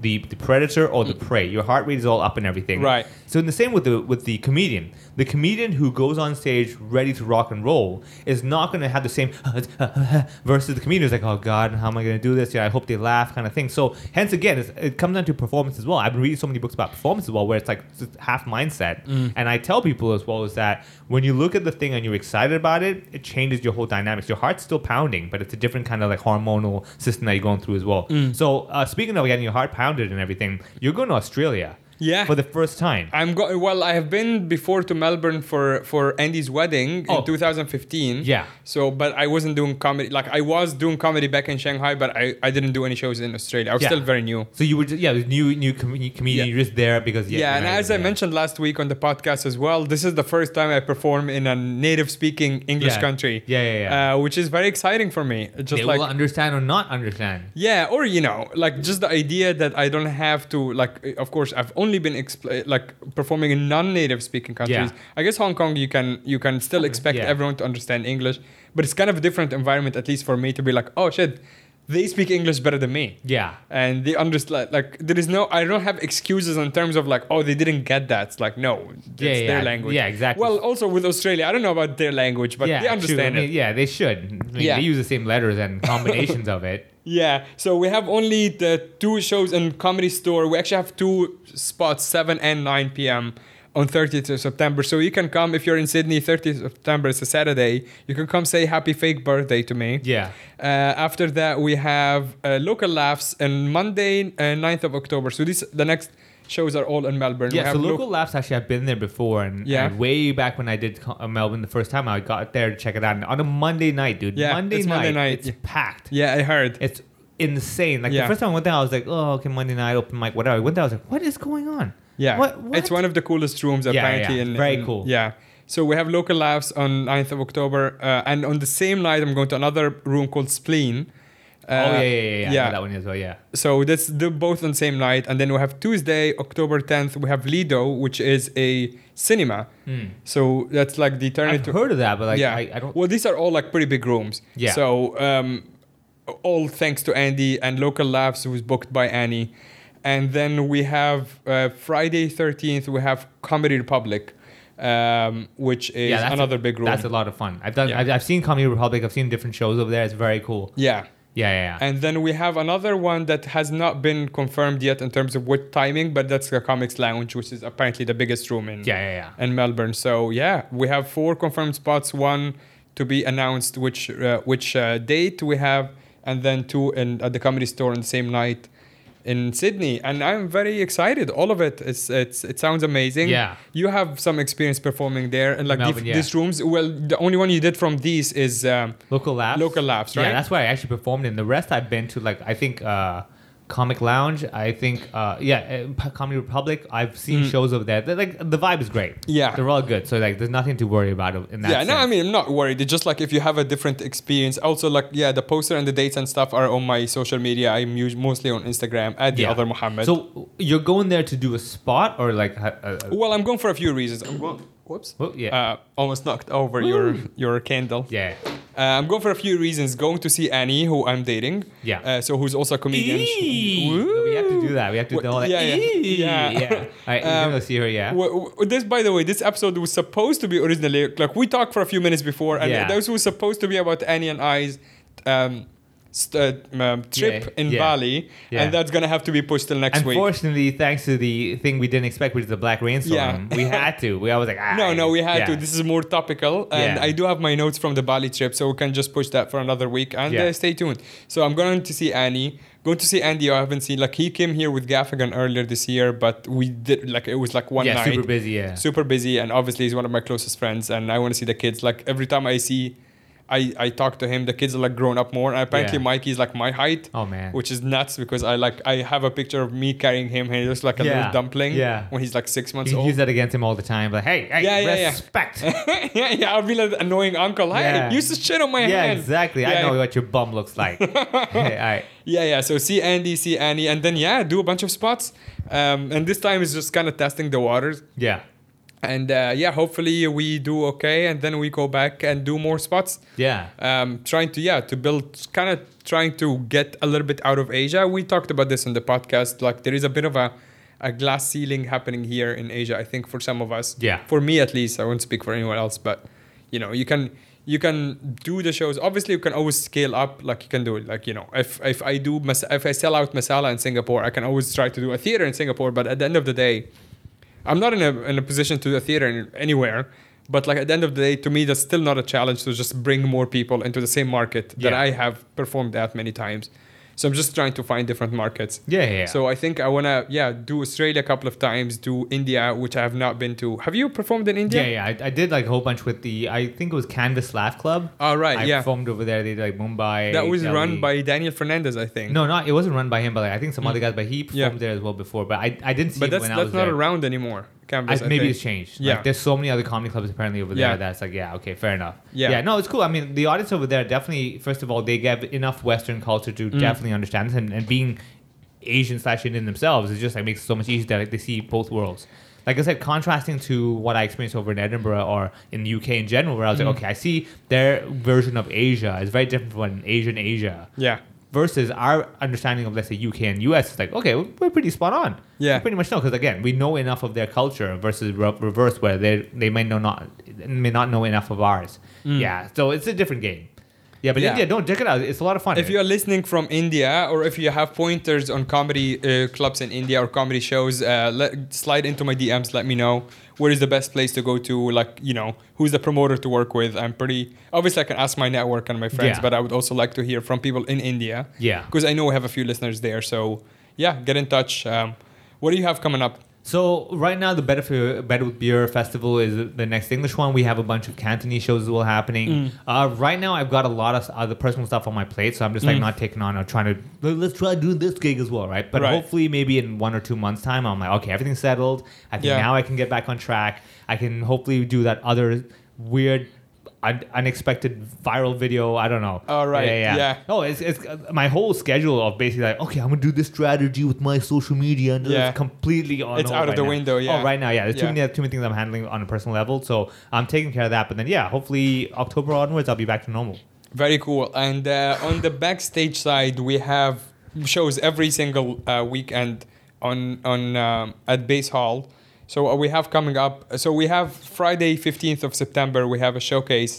Speaker 4: The, the predator or the prey. Your heart rate is all up and everything.
Speaker 3: Mm. Right.
Speaker 4: So in the same with the with the comedian, the comedian who goes on stage ready to rock and roll is not going to have the same versus the comedian who's like, oh god, how am I going to do this? Yeah, I hope they laugh, kind of thing. So hence again, it's, it comes down to performance as well. I've been reading so many books about performance as well, where it's like it's just half mindset. And I tell people as well is that when you look at the thing and you're excited about it, it changes your whole dynamics. Your heart's still pounding, but it's a different kind of like hormonal system that you're going through as well. So uh, speaking of getting your heart pounded and everything, you're going to Australia.
Speaker 3: Yeah.
Speaker 4: For the first time.
Speaker 3: I'm go- well. I have been before to Melbourne for for Andy's wedding
Speaker 4: Oh.
Speaker 3: in 2015.
Speaker 4: Yeah.
Speaker 3: So, but I wasn't doing comedy. Like I was doing comedy back in Shanghai, but I, I didn't do any shows in Australia. I was
Speaker 4: Yeah.
Speaker 3: still very new.
Speaker 4: So you were just, yeah, the new new com- comedian.
Speaker 3: Yeah.
Speaker 4: You're just there because yeah.
Speaker 3: yeah, and
Speaker 4: right,
Speaker 3: as I
Speaker 4: yeah.
Speaker 3: mentioned last week on the podcast as well, this is the first time I perform in a native-speaking English
Speaker 4: Yeah.
Speaker 3: country.
Speaker 4: Yeah, yeah, yeah.
Speaker 3: Uh, which is very exciting for me. It's Just
Speaker 4: they
Speaker 3: like
Speaker 4: will understand or not understand.
Speaker 3: yeah, or you know, like just the idea that I don't have to like. eh, Of course, I've only been expl- eh, like performing in non-native-speaking countries. I guess Hong Kong, you can you can still expect
Speaker 4: yeah.
Speaker 3: everyone to understand English, but it's kind of a different environment, at least for me, to be like, oh shit, they speak English better than me
Speaker 4: Yeah.
Speaker 3: and they understand like there is no i don't have excuses in terms of like oh they didn't get that it's like no it's
Speaker 4: Yeah, yeah,
Speaker 3: their language
Speaker 4: yeah, exactly.
Speaker 3: well also with australia i don't know about their language but
Speaker 4: yeah,
Speaker 3: they
Speaker 4: true.
Speaker 3: understand
Speaker 4: I
Speaker 3: it
Speaker 4: mean, Yeah, they should. I mean,
Speaker 3: Yeah.
Speaker 4: They use the same letters and combinations of it.
Speaker 3: yeah so we have only the two shows in comedy store we actually have two spots 7 and 9 p.m on 30th of September. So you can come if you're in Sydney. 30th of September is a Saturday. You can come say happy fake birthday to me.
Speaker 4: Yeah.
Speaker 3: Uh, after that, we have uh, local laughs and Monday, uh, 9th of October. So these the next shows are all in Melbourne. We
Speaker 4: Yeah,
Speaker 3: have
Speaker 4: so
Speaker 3: loc-
Speaker 4: local laughs. Actually, I've been there before, and,
Speaker 3: Yeah.
Speaker 4: and way back when I did co- uh, Melbourne the first time, I got there to check it out and on a Monday night, dude.
Speaker 3: Yeah,
Speaker 4: Monday,
Speaker 3: it's
Speaker 4: night,
Speaker 3: Monday night,
Speaker 4: It's
Speaker 3: yeah.
Speaker 4: packed.
Speaker 3: yeah, I heard.
Speaker 4: It's insane. Like
Speaker 3: Yeah.
Speaker 4: the first time I went there, I was like, oh, okay, Monday night open mic, whatever. I went there, I was like, what is going on?
Speaker 3: Yeah.
Speaker 4: What? what?
Speaker 3: It's one of the coolest rooms,
Speaker 4: Yeah, yeah,
Speaker 3: apparently.
Speaker 4: yeah.
Speaker 3: In,
Speaker 4: Very
Speaker 3: in-
Speaker 4: cool.
Speaker 3: Yeah. So we have local laughs on 9th of October. Uh, and on the same night, I'm going to another room called Spleen. Uh,
Speaker 4: oh yeah, yeah, yeah, yeah. I know that one as well. Yeah.
Speaker 3: So that's the both on same night, and then we have Tuesday, October tenth. We have Lido, which is a cinema. So that's like the
Speaker 4: Hmm. I've
Speaker 3: alternative.
Speaker 4: heard of that, but like,
Speaker 3: yeah.
Speaker 4: I, I don't.
Speaker 3: Well, these are all like pretty big rooms.
Speaker 4: Yeah.
Speaker 3: So um, all thanks to Andy and Local Laughs, who was booked by Annie, and then we have uh, Friday thirteenth. We have Comedy Republic, um, which is
Speaker 4: yeah, that's
Speaker 3: another
Speaker 4: a,
Speaker 3: big room.
Speaker 4: That's a lot of fun. I've done.
Speaker 3: Yeah.
Speaker 4: I've, I've seen Comedy Republic. I've seen different shows over there. It's very cool.
Speaker 3: yeah.
Speaker 4: Yeah, yeah, yeah.
Speaker 3: And then we have another one that has not been confirmed yet in terms of what timing, but that's the Comics Lounge, which is apparently the biggest room in
Speaker 4: Yeah, yeah, yeah.
Speaker 3: in Melbourne. So yeah, we have four confirmed spots, one to be announced, which uh, which uh, date we have, and then two in at the Comedy Store on the same night in Sydney. And I'm very excited. All of it is it's it sounds amazing.
Speaker 4: Yeah.
Speaker 3: you have some experience performing there, and like
Speaker 4: Melbourne,
Speaker 3: these,
Speaker 4: yeah.
Speaker 3: these rooms. Well, the only one you did from these is. Um,
Speaker 4: Local laughs.
Speaker 3: Local laughs, right?
Speaker 4: Yeah, that's where I actually performed in. The rest I've been to, like I think, uh, Comic Lounge. I think, uh, yeah, uh, P- Comedy Republic. I've seen shows over there. They're, like the vibe is great.
Speaker 3: Mm. Yeah.
Speaker 4: they're all good. So like, there's nothing to worry about in that.
Speaker 3: yeah, no, I
Speaker 4: sense.
Speaker 3: mean, I'm not worried. It's just like if you have a different experience. Also, like, yeah, the poster and the dates and stuff are on my social media. I'm us- mostly on Instagram at the
Speaker 4: Yeah.
Speaker 3: other Muhammad.
Speaker 4: So you're going there to do a spot or like? ha- Uh, uh,
Speaker 3: well, I'm going for a few reasons. I'm going. Whoops.
Speaker 4: Whoop, Oh, yeah.
Speaker 3: Uh, almost knocked over your your candle.
Speaker 4: yeah.
Speaker 3: Uh, I'm going for a few reasons. Going to see Annie, who I'm dating.
Speaker 4: Yeah.
Speaker 3: Uh, so who's also a comedian.
Speaker 4: Eee.
Speaker 3: She-
Speaker 4: No, we have to
Speaker 3: Woo.
Speaker 4: do that. We have to
Speaker 3: Wha-
Speaker 4: do all that.
Speaker 3: yeah, yeah.
Speaker 4: Eee.
Speaker 3: Yeah.
Speaker 4: All right, you're
Speaker 3: Um,
Speaker 4: gonna see her. Yeah.
Speaker 3: W- w- this, by the way, this episode was supposed to be originally like we talked for a few minutes before, and
Speaker 4: Yeah.
Speaker 3: this was supposed to be about Annie and I's um, st- uh, um, trip
Speaker 4: Yeah,
Speaker 3: in
Speaker 4: yeah.
Speaker 3: Bali,
Speaker 4: Yeah.
Speaker 3: and that's gonna have to be pushed till next week.
Speaker 4: Unfortunately, thanks to the thing we didn't expect, which is the black rainstorm,
Speaker 3: Yeah.
Speaker 4: we had to. We I was like, ah,
Speaker 3: No, no, we had
Speaker 4: yeah.
Speaker 3: to. This is more topical, and
Speaker 4: Yeah.
Speaker 3: I do have my notes from the Bali trip, so we can just push that for another week. And
Speaker 4: Yeah.
Speaker 3: uh, stay tuned. So I'm going to see Annie. Going to see Andy. I haven't seen like he came here with Gaffigan earlier this year, but we did like it was like one
Speaker 4: yeah,
Speaker 3: night.
Speaker 4: super busy. Yeah.
Speaker 3: super busy and obviously he's one of my closest friends and i want to see the kids like every time i see i i talk to him the kids are like grown up more and apparently
Speaker 4: Yeah.
Speaker 3: mikey's like my height
Speaker 4: Oh, man.
Speaker 3: which is nuts because i like i have a picture of me carrying him and he looks like a
Speaker 4: Yeah.
Speaker 3: little dumpling
Speaker 4: Yeah.
Speaker 3: when he's like six months
Speaker 4: you
Speaker 3: old
Speaker 4: use that against him all the time. Like, hey, hey,
Speaker 3: Yeah, yeah, yeah.
Speaker 4: respect.
Speaker 3: yeah, yeah, I'll be like the annoying uncle. Hey,
Speaker 4: Yeah.
Speaker 3: use the shit on my
Speaker 4: yeah,
Speaker 3: hand.
Speaker 4: exactly. I
Speaker 3: Yeah,
Speaker 4: know what your bum looks like. hey, all right.
Speaker 3: Yeah, yeah. So see Andy, see Annie, and then yeah, do a bunch of spots. Um, and this time is just kind of testing the waters.
Speaker 4: Yeah.
Speaker 3: And uh, yeah, hopefully we do okay, and then we go back and do more spots.
Speaker 4: Yeah.
Speaker 3: um, trying to yeah to build kind of trying to get a little bit out of asia we talked about this on the podcast like there is a bit of a, a glass ceiling happening here in asia i think for some of us
Speaker 4: Yeah.
Speaker 3: for me at least i won't speak for anyone else but you know you can you can do the shows obviously you can always scale up like you can do it like you know if if i do mas- if i sell out masala in singapore i can always try to do a theater in singapore but at the end of the day I'm not in a, in a position to do a theater in- anywhere, but like at the end of the day, to me, that's still not a challenge to just bring more people into the same market that
Speaker 4: Yeah.
Speaker 3: I have performed at many times. So I'm just trying to find different markets.
Speaker 4: Yeah, yeah, yeah.
Speaker 3: So I think I wanna yeah do Australia a couple of times, do India, which I have not been to. Have you performed in India?
Speaker 4: Yeah, yeah. I, I did like a whole bunch with the. I think it was Canvas Laugh Club.
Speaker 3: Oh, right,
Speaker 4: I
Speaker 3: yeah.
Speaker 4: performed over there. They did like Mumbai.
Speaker 3: That was
Speaker 4: Delhi.
Speaker 3: run by Daniel Fernandez, I think.
Speaker 4: No, not it wasn't run by him, but like, I think some other guys. But he performed
Speaker 3: Mm. Yeah.
Speaker 4: there as well before. But I, I didn't see
Speaker 3: but
Speaker 4: him
Speaker 3: that's
Speaker 4: when
Speaker 3: that's
Speaker 4: I
Speaker 3: not
Speaker 4: was there.
Speaker 3: around anymore. Canvas,
Speaker 4: I-
Speaker 3: I
Speaker 4: maybe
Speaker 3: think.
Speaker 4: it's changed.
Speaker 3: Yeah.
Speaker 4: Like, there's so many other comedy clubs apparently over
Speaker 3: Yeah.
Speaker 4: there that's like, yeah, okay, fair enough.
Speaker 3: Yeah.
Speaker 4: Yeah, no, it's cool. I mean, the audience over there definitely, first of all, they get enough Western culture to
Speaker 3: Mm.
Speaker 4: definitely understand this. And, and being Asian slash Indian themselves is just like makes it so much easier that like, they see both worlds. Like I said, contrasting to what I experienced over in Edinburgh or in the UK in general, where I was
Speaker 3: Mm.
Speaker 4: like, okay, I see their version of Asia is very different from Asian Asia
Speaker 3: Yeah.
Speaker 4: versus our understanding of let's say UK and US is like okay we're we're pretty spot on
Speaker 3: Yeah.
Speaker 4: we pretty much know because again we know enough of their culture versus re- reverse where they they may know not may not know enough of ours yeah so it's a different game Yeah, but
Speaker 3: Mm. Yeah.
Speaker 4: India, don't check it out. It's a lot of fun.
Speaker 3: If you are listening from India, or if you have pointers on comedy uh, clubs in India or comedy shows, uh, let, slide into my DMs. Let me know where is the best place to go to. Like you know, who's the promoter to work with? I'm pretty obviously I can ask my network and my friends,
Speaker 4: Yeah.
Speaker 3: but I would also like to hear from people in India.
Speaker 4: Yeah.
Speaker 3: because I know we have a few listeners there. So yeah, get in touch. Um, what do you have coming up?
Speaker 4: So right now, the Better for Better with Beer Festival is the next English one. We have a bunch of Cantonese shows as well
Speaker 3: Mm.
Speaker 4: happening. Uh, right now, I've got a lot of other personal stuff on my plate, so I'm
Speaker 3: Mm.
Speaker 4: just like not taking on or trying to "Let- let's try doing this gig as well, right? But
Speaker 3: Right.
Speaker 4: hopefully, maybe in one or two months' time, I'm like, okay, everything's settled. I think
Speaker 3: Yeah.
Speaker 4: now I can get back on track. I can hopefully do that other weird. un- Unexpected viral video. I don't know.
Speaker 3: All right, yeah.
Speaker 4: Oh, it's, it's uh, my whole schedule of basically like, okay, I'm gonna do this strategy with my social media, and
Speaker 3: Yeah.
Speaker 4: it's completely on.
Speaker 3: It's
Speaker 4: hold
Speaker 3: out of
Speaker 4: right
Speaker 3: the
Speaker 4: now.
Speaker 3: window, yeah.
Speaker 4: Oh, right now, yeah. There's too
Speaker 3: Yeah.
Speaker 4: many too many things I'm handling on a personal level, so I'm taking care of that. But then, yeah, hopefully October onwards, I'll be back to normal.
Speaker 3: Very cool. And uh, on the backstage side, we have shows every single uh, weekend on on um, at Base Hall. So uh, we have coming up. So we have Friday, fifteenth of September. We have a showcase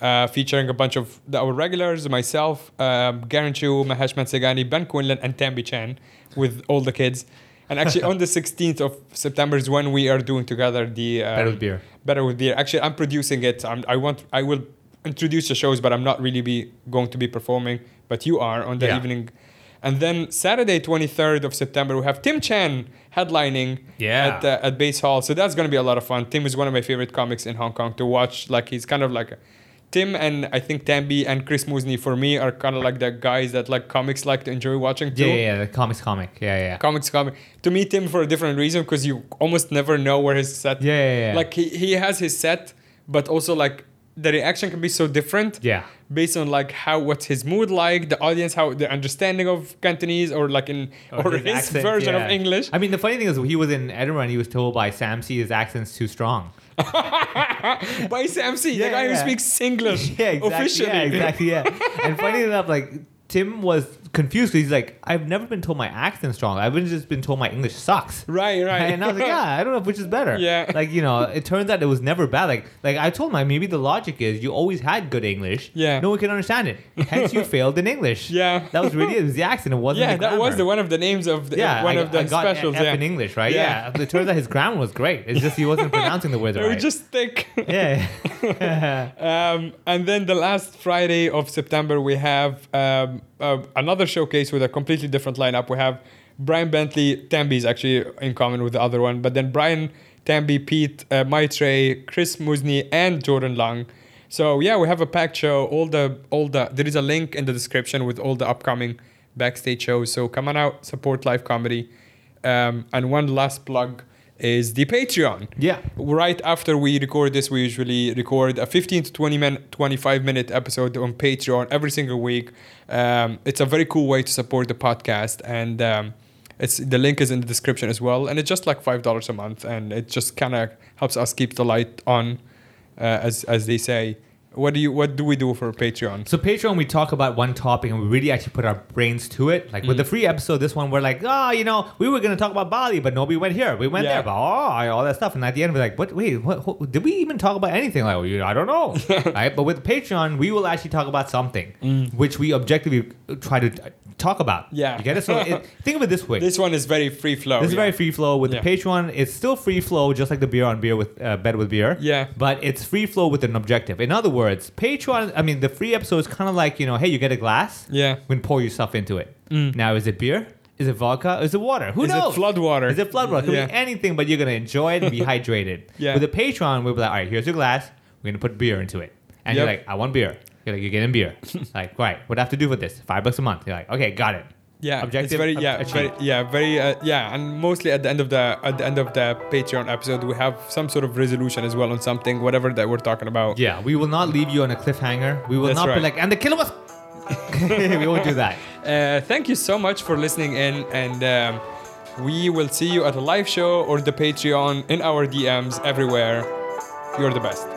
Speaker 3: uh, featuring a bunch of the, our regulars, myself, um, Garen Chu, Mahesh Mansegani, Ben Quinlan, and Tambi Chan, with all the kids. And actually, on the sixteenth of September is when we are doing together the uh,
Speaker 4: Better with Beer.
Speaker 3: better with beer. Actually, I'm producing it. I'm, I want. I will introduce the shows, but I'm not really be going to be performing. But you are on the
Speaker 4: Yeah.
Speaker 3: evening, and then Saturday, 23rd of September, we have Tim Chan headlining
Speaker 4: Yeah.
Speaker 3: at uh, at Base Hall. So that's gonna be a lot of fun. Tim is one of my favorite comics in Hong Kong to watch. Like he's kind of like. a- Tim and I think Tambi and Chris Musni for me are kind of like the guys that like comics like to enjoy watching too
Speaker 4: Yeah, yeah, yeah, the comics comic. Yeah, yeah.
Speaker 3: comics comic to meet him for a different reason because you almost never know where his set
Speaker 4: Yeah, yeah, yeah.
Speaker 3: like he, he has his set but also like the reaction can be so different
Speaker 4: Yeah.
Speaker 3: based on like how what's his mood like the audience how the understanding of cantonese or like in or, his,
Speaker 4: accent,
Speaker 3: version
Speaker 4: yeah.
Speaker 3: of english
Speaker 4: I mean, the funny thing is, he was in Edinburgh and he was told by Sam C his accent's too strong.
Speaker 3: by sam c
Speaker 4: Yeah,
Speaker 3: the guy who
Speaker 4: yeah.
Speaker 3: speaks english
Speaker 4: yeah, exactly.
Speaker 3: officially
Speaker 4: Yeah, exactly. Yeah. and funny enough, like Tim was confused. 'cause He's like, I've never been told my accent's strong. I've been just been told my English sucks.
Speaker 3: right right
Speaker 4: And I was like, "Ah, yeah, I don't know which is better.
Speaker 3: Yeah.
Speaker 4: Like, you know, it turns out it was never bad. Like, like I told him, like, maybe the logic is you always had good English.
Speaker 3: Yeah.
Speaker 4: No one can understand it. Hence, you failed in English.
Speaker 3: Yeah.
Speaker 4: That was really, it was the accent. It wasn't
Speaker 3: yeah
Speaker 4: the
Speaker 3: that was
Speaker 4: grammar.
Speaker 3: the one of the names of the
Speaker 4: Yeah,
Speaker 3: one
Speaker 4: I,
Speaker 3: of the
Speaker 4: I got
Speaker 3: specials
Speaker 4: F
Speaker 3: yeah
Speaker 4: in English, right?
Speaker 3: Yeah.
Speaker 4: Yeah. It turns out his grammar was great. It's just he wasn't pronouncing the words
Speaker 3: they
Speaker 4: right.
Speaker 3: were just thick
Speaker 4: yeah.
Speaker 3: Um, and then the last Friday of September, we have um, uh, another showcase with a completely different lineup. We have Brian Bentley, Tambi is actually in common with the other one, but then Brian, Tambi, Pete, uh, Maitre, Chris Musni, and Jordan Lang. So yeah, we have a packed show. All the all the there is a link in the description with all the upcoming backstage shows. So come on out, support live comedy. Um, and one last plug is the Patreon
Speaker 4: Yeah.
Speaker 3: right after we record this we usually record a 15 to 20 minute 25 minute episode on patreon every single week um, it's a very cool way to support the podcast and um, it's the link is in the description as well and it's just like five dollars a month and it just kind of helps us keep the light on uh, as as they say what do you what do we do for patreon
Speaker 4: So Patreon, we talk about one topic and we really actually put our brains to it. Like
Speaker 3: Mm.
Speaker 4: with the free episode, this one we're like, oh, you know, we were gonna talk about Bali, but nobody went here. We went
Speaker 3: Yeah.
Speaker 4: there, but oh, all that stuff. And at the end, we're like, what? Wait, what, what- did we even talk about anything? Like, we- I don't know. right? But with Patreon, we will actually talk about something which we objectively try to uh, talk about.
Speaker 3: Mm. Yeah.
Speaker 4: you get it. So it, think of it this way.
Speaker 3: this one is very free flow
Speaker 4: This is
Speaker 3: yeah.
Speaker 4: very free flow with
Speaker 3: Yeah.
Speaker 4: the Patreon. It's still free flow, just like the beer on beer with uh, bed with beer.
Speaker 3: Yeah.
Speaker 4: But it's free flow with an objective. In other words, Patreon. I mean, the free episode is kind of like you know, hey, you get a glass.
Speaker 3: Yeah. Mm.
Speaker 4: We can pour your stuff into it. Now, is it beer? Is it vodka? Is it water? Who
Speaker 3: Is it
Speaker 4: knows?
Speaker 3: flood water?
Speaker 4: Is it flood water? It could
Speaker 3: Yeah.
Speaker 4: be anything, but you're gonna enjoy it and be hydrated.
Speaker 3: Yeah.
Speaker 4: With the Patreon, we'll be like, all right, here's your glass. We're gonna put beer into it, and you're
Speaker 3: Yep.
Speaker 4: like, I want beer. You're like, you're getting beer. like, right, what do I have to do with this? Five bucks a month. You're like, okay, got it.
Speaker 3: yeah
Speaker 4: objective,
Speaker 3: it's very yeah
Speaker 4: ob-
Speaker 3: it's very yeah very uh, yeah and mostly at the end of the at the end of the patreon episode we have some sort of resolution as well on something whatever that we're talking about
Speaker 4: Yeah, we will not leave you on a cliffhanger. We will
Speaker 3: That's
Speaker 4: not
Speaker 3: right.
Speaker 4: be like, and the killer was. we won't do that.
Speaker 3: uh, thank you so much for listening in and um, we will see you at a live show or the patreon in our dms everywhere you're the best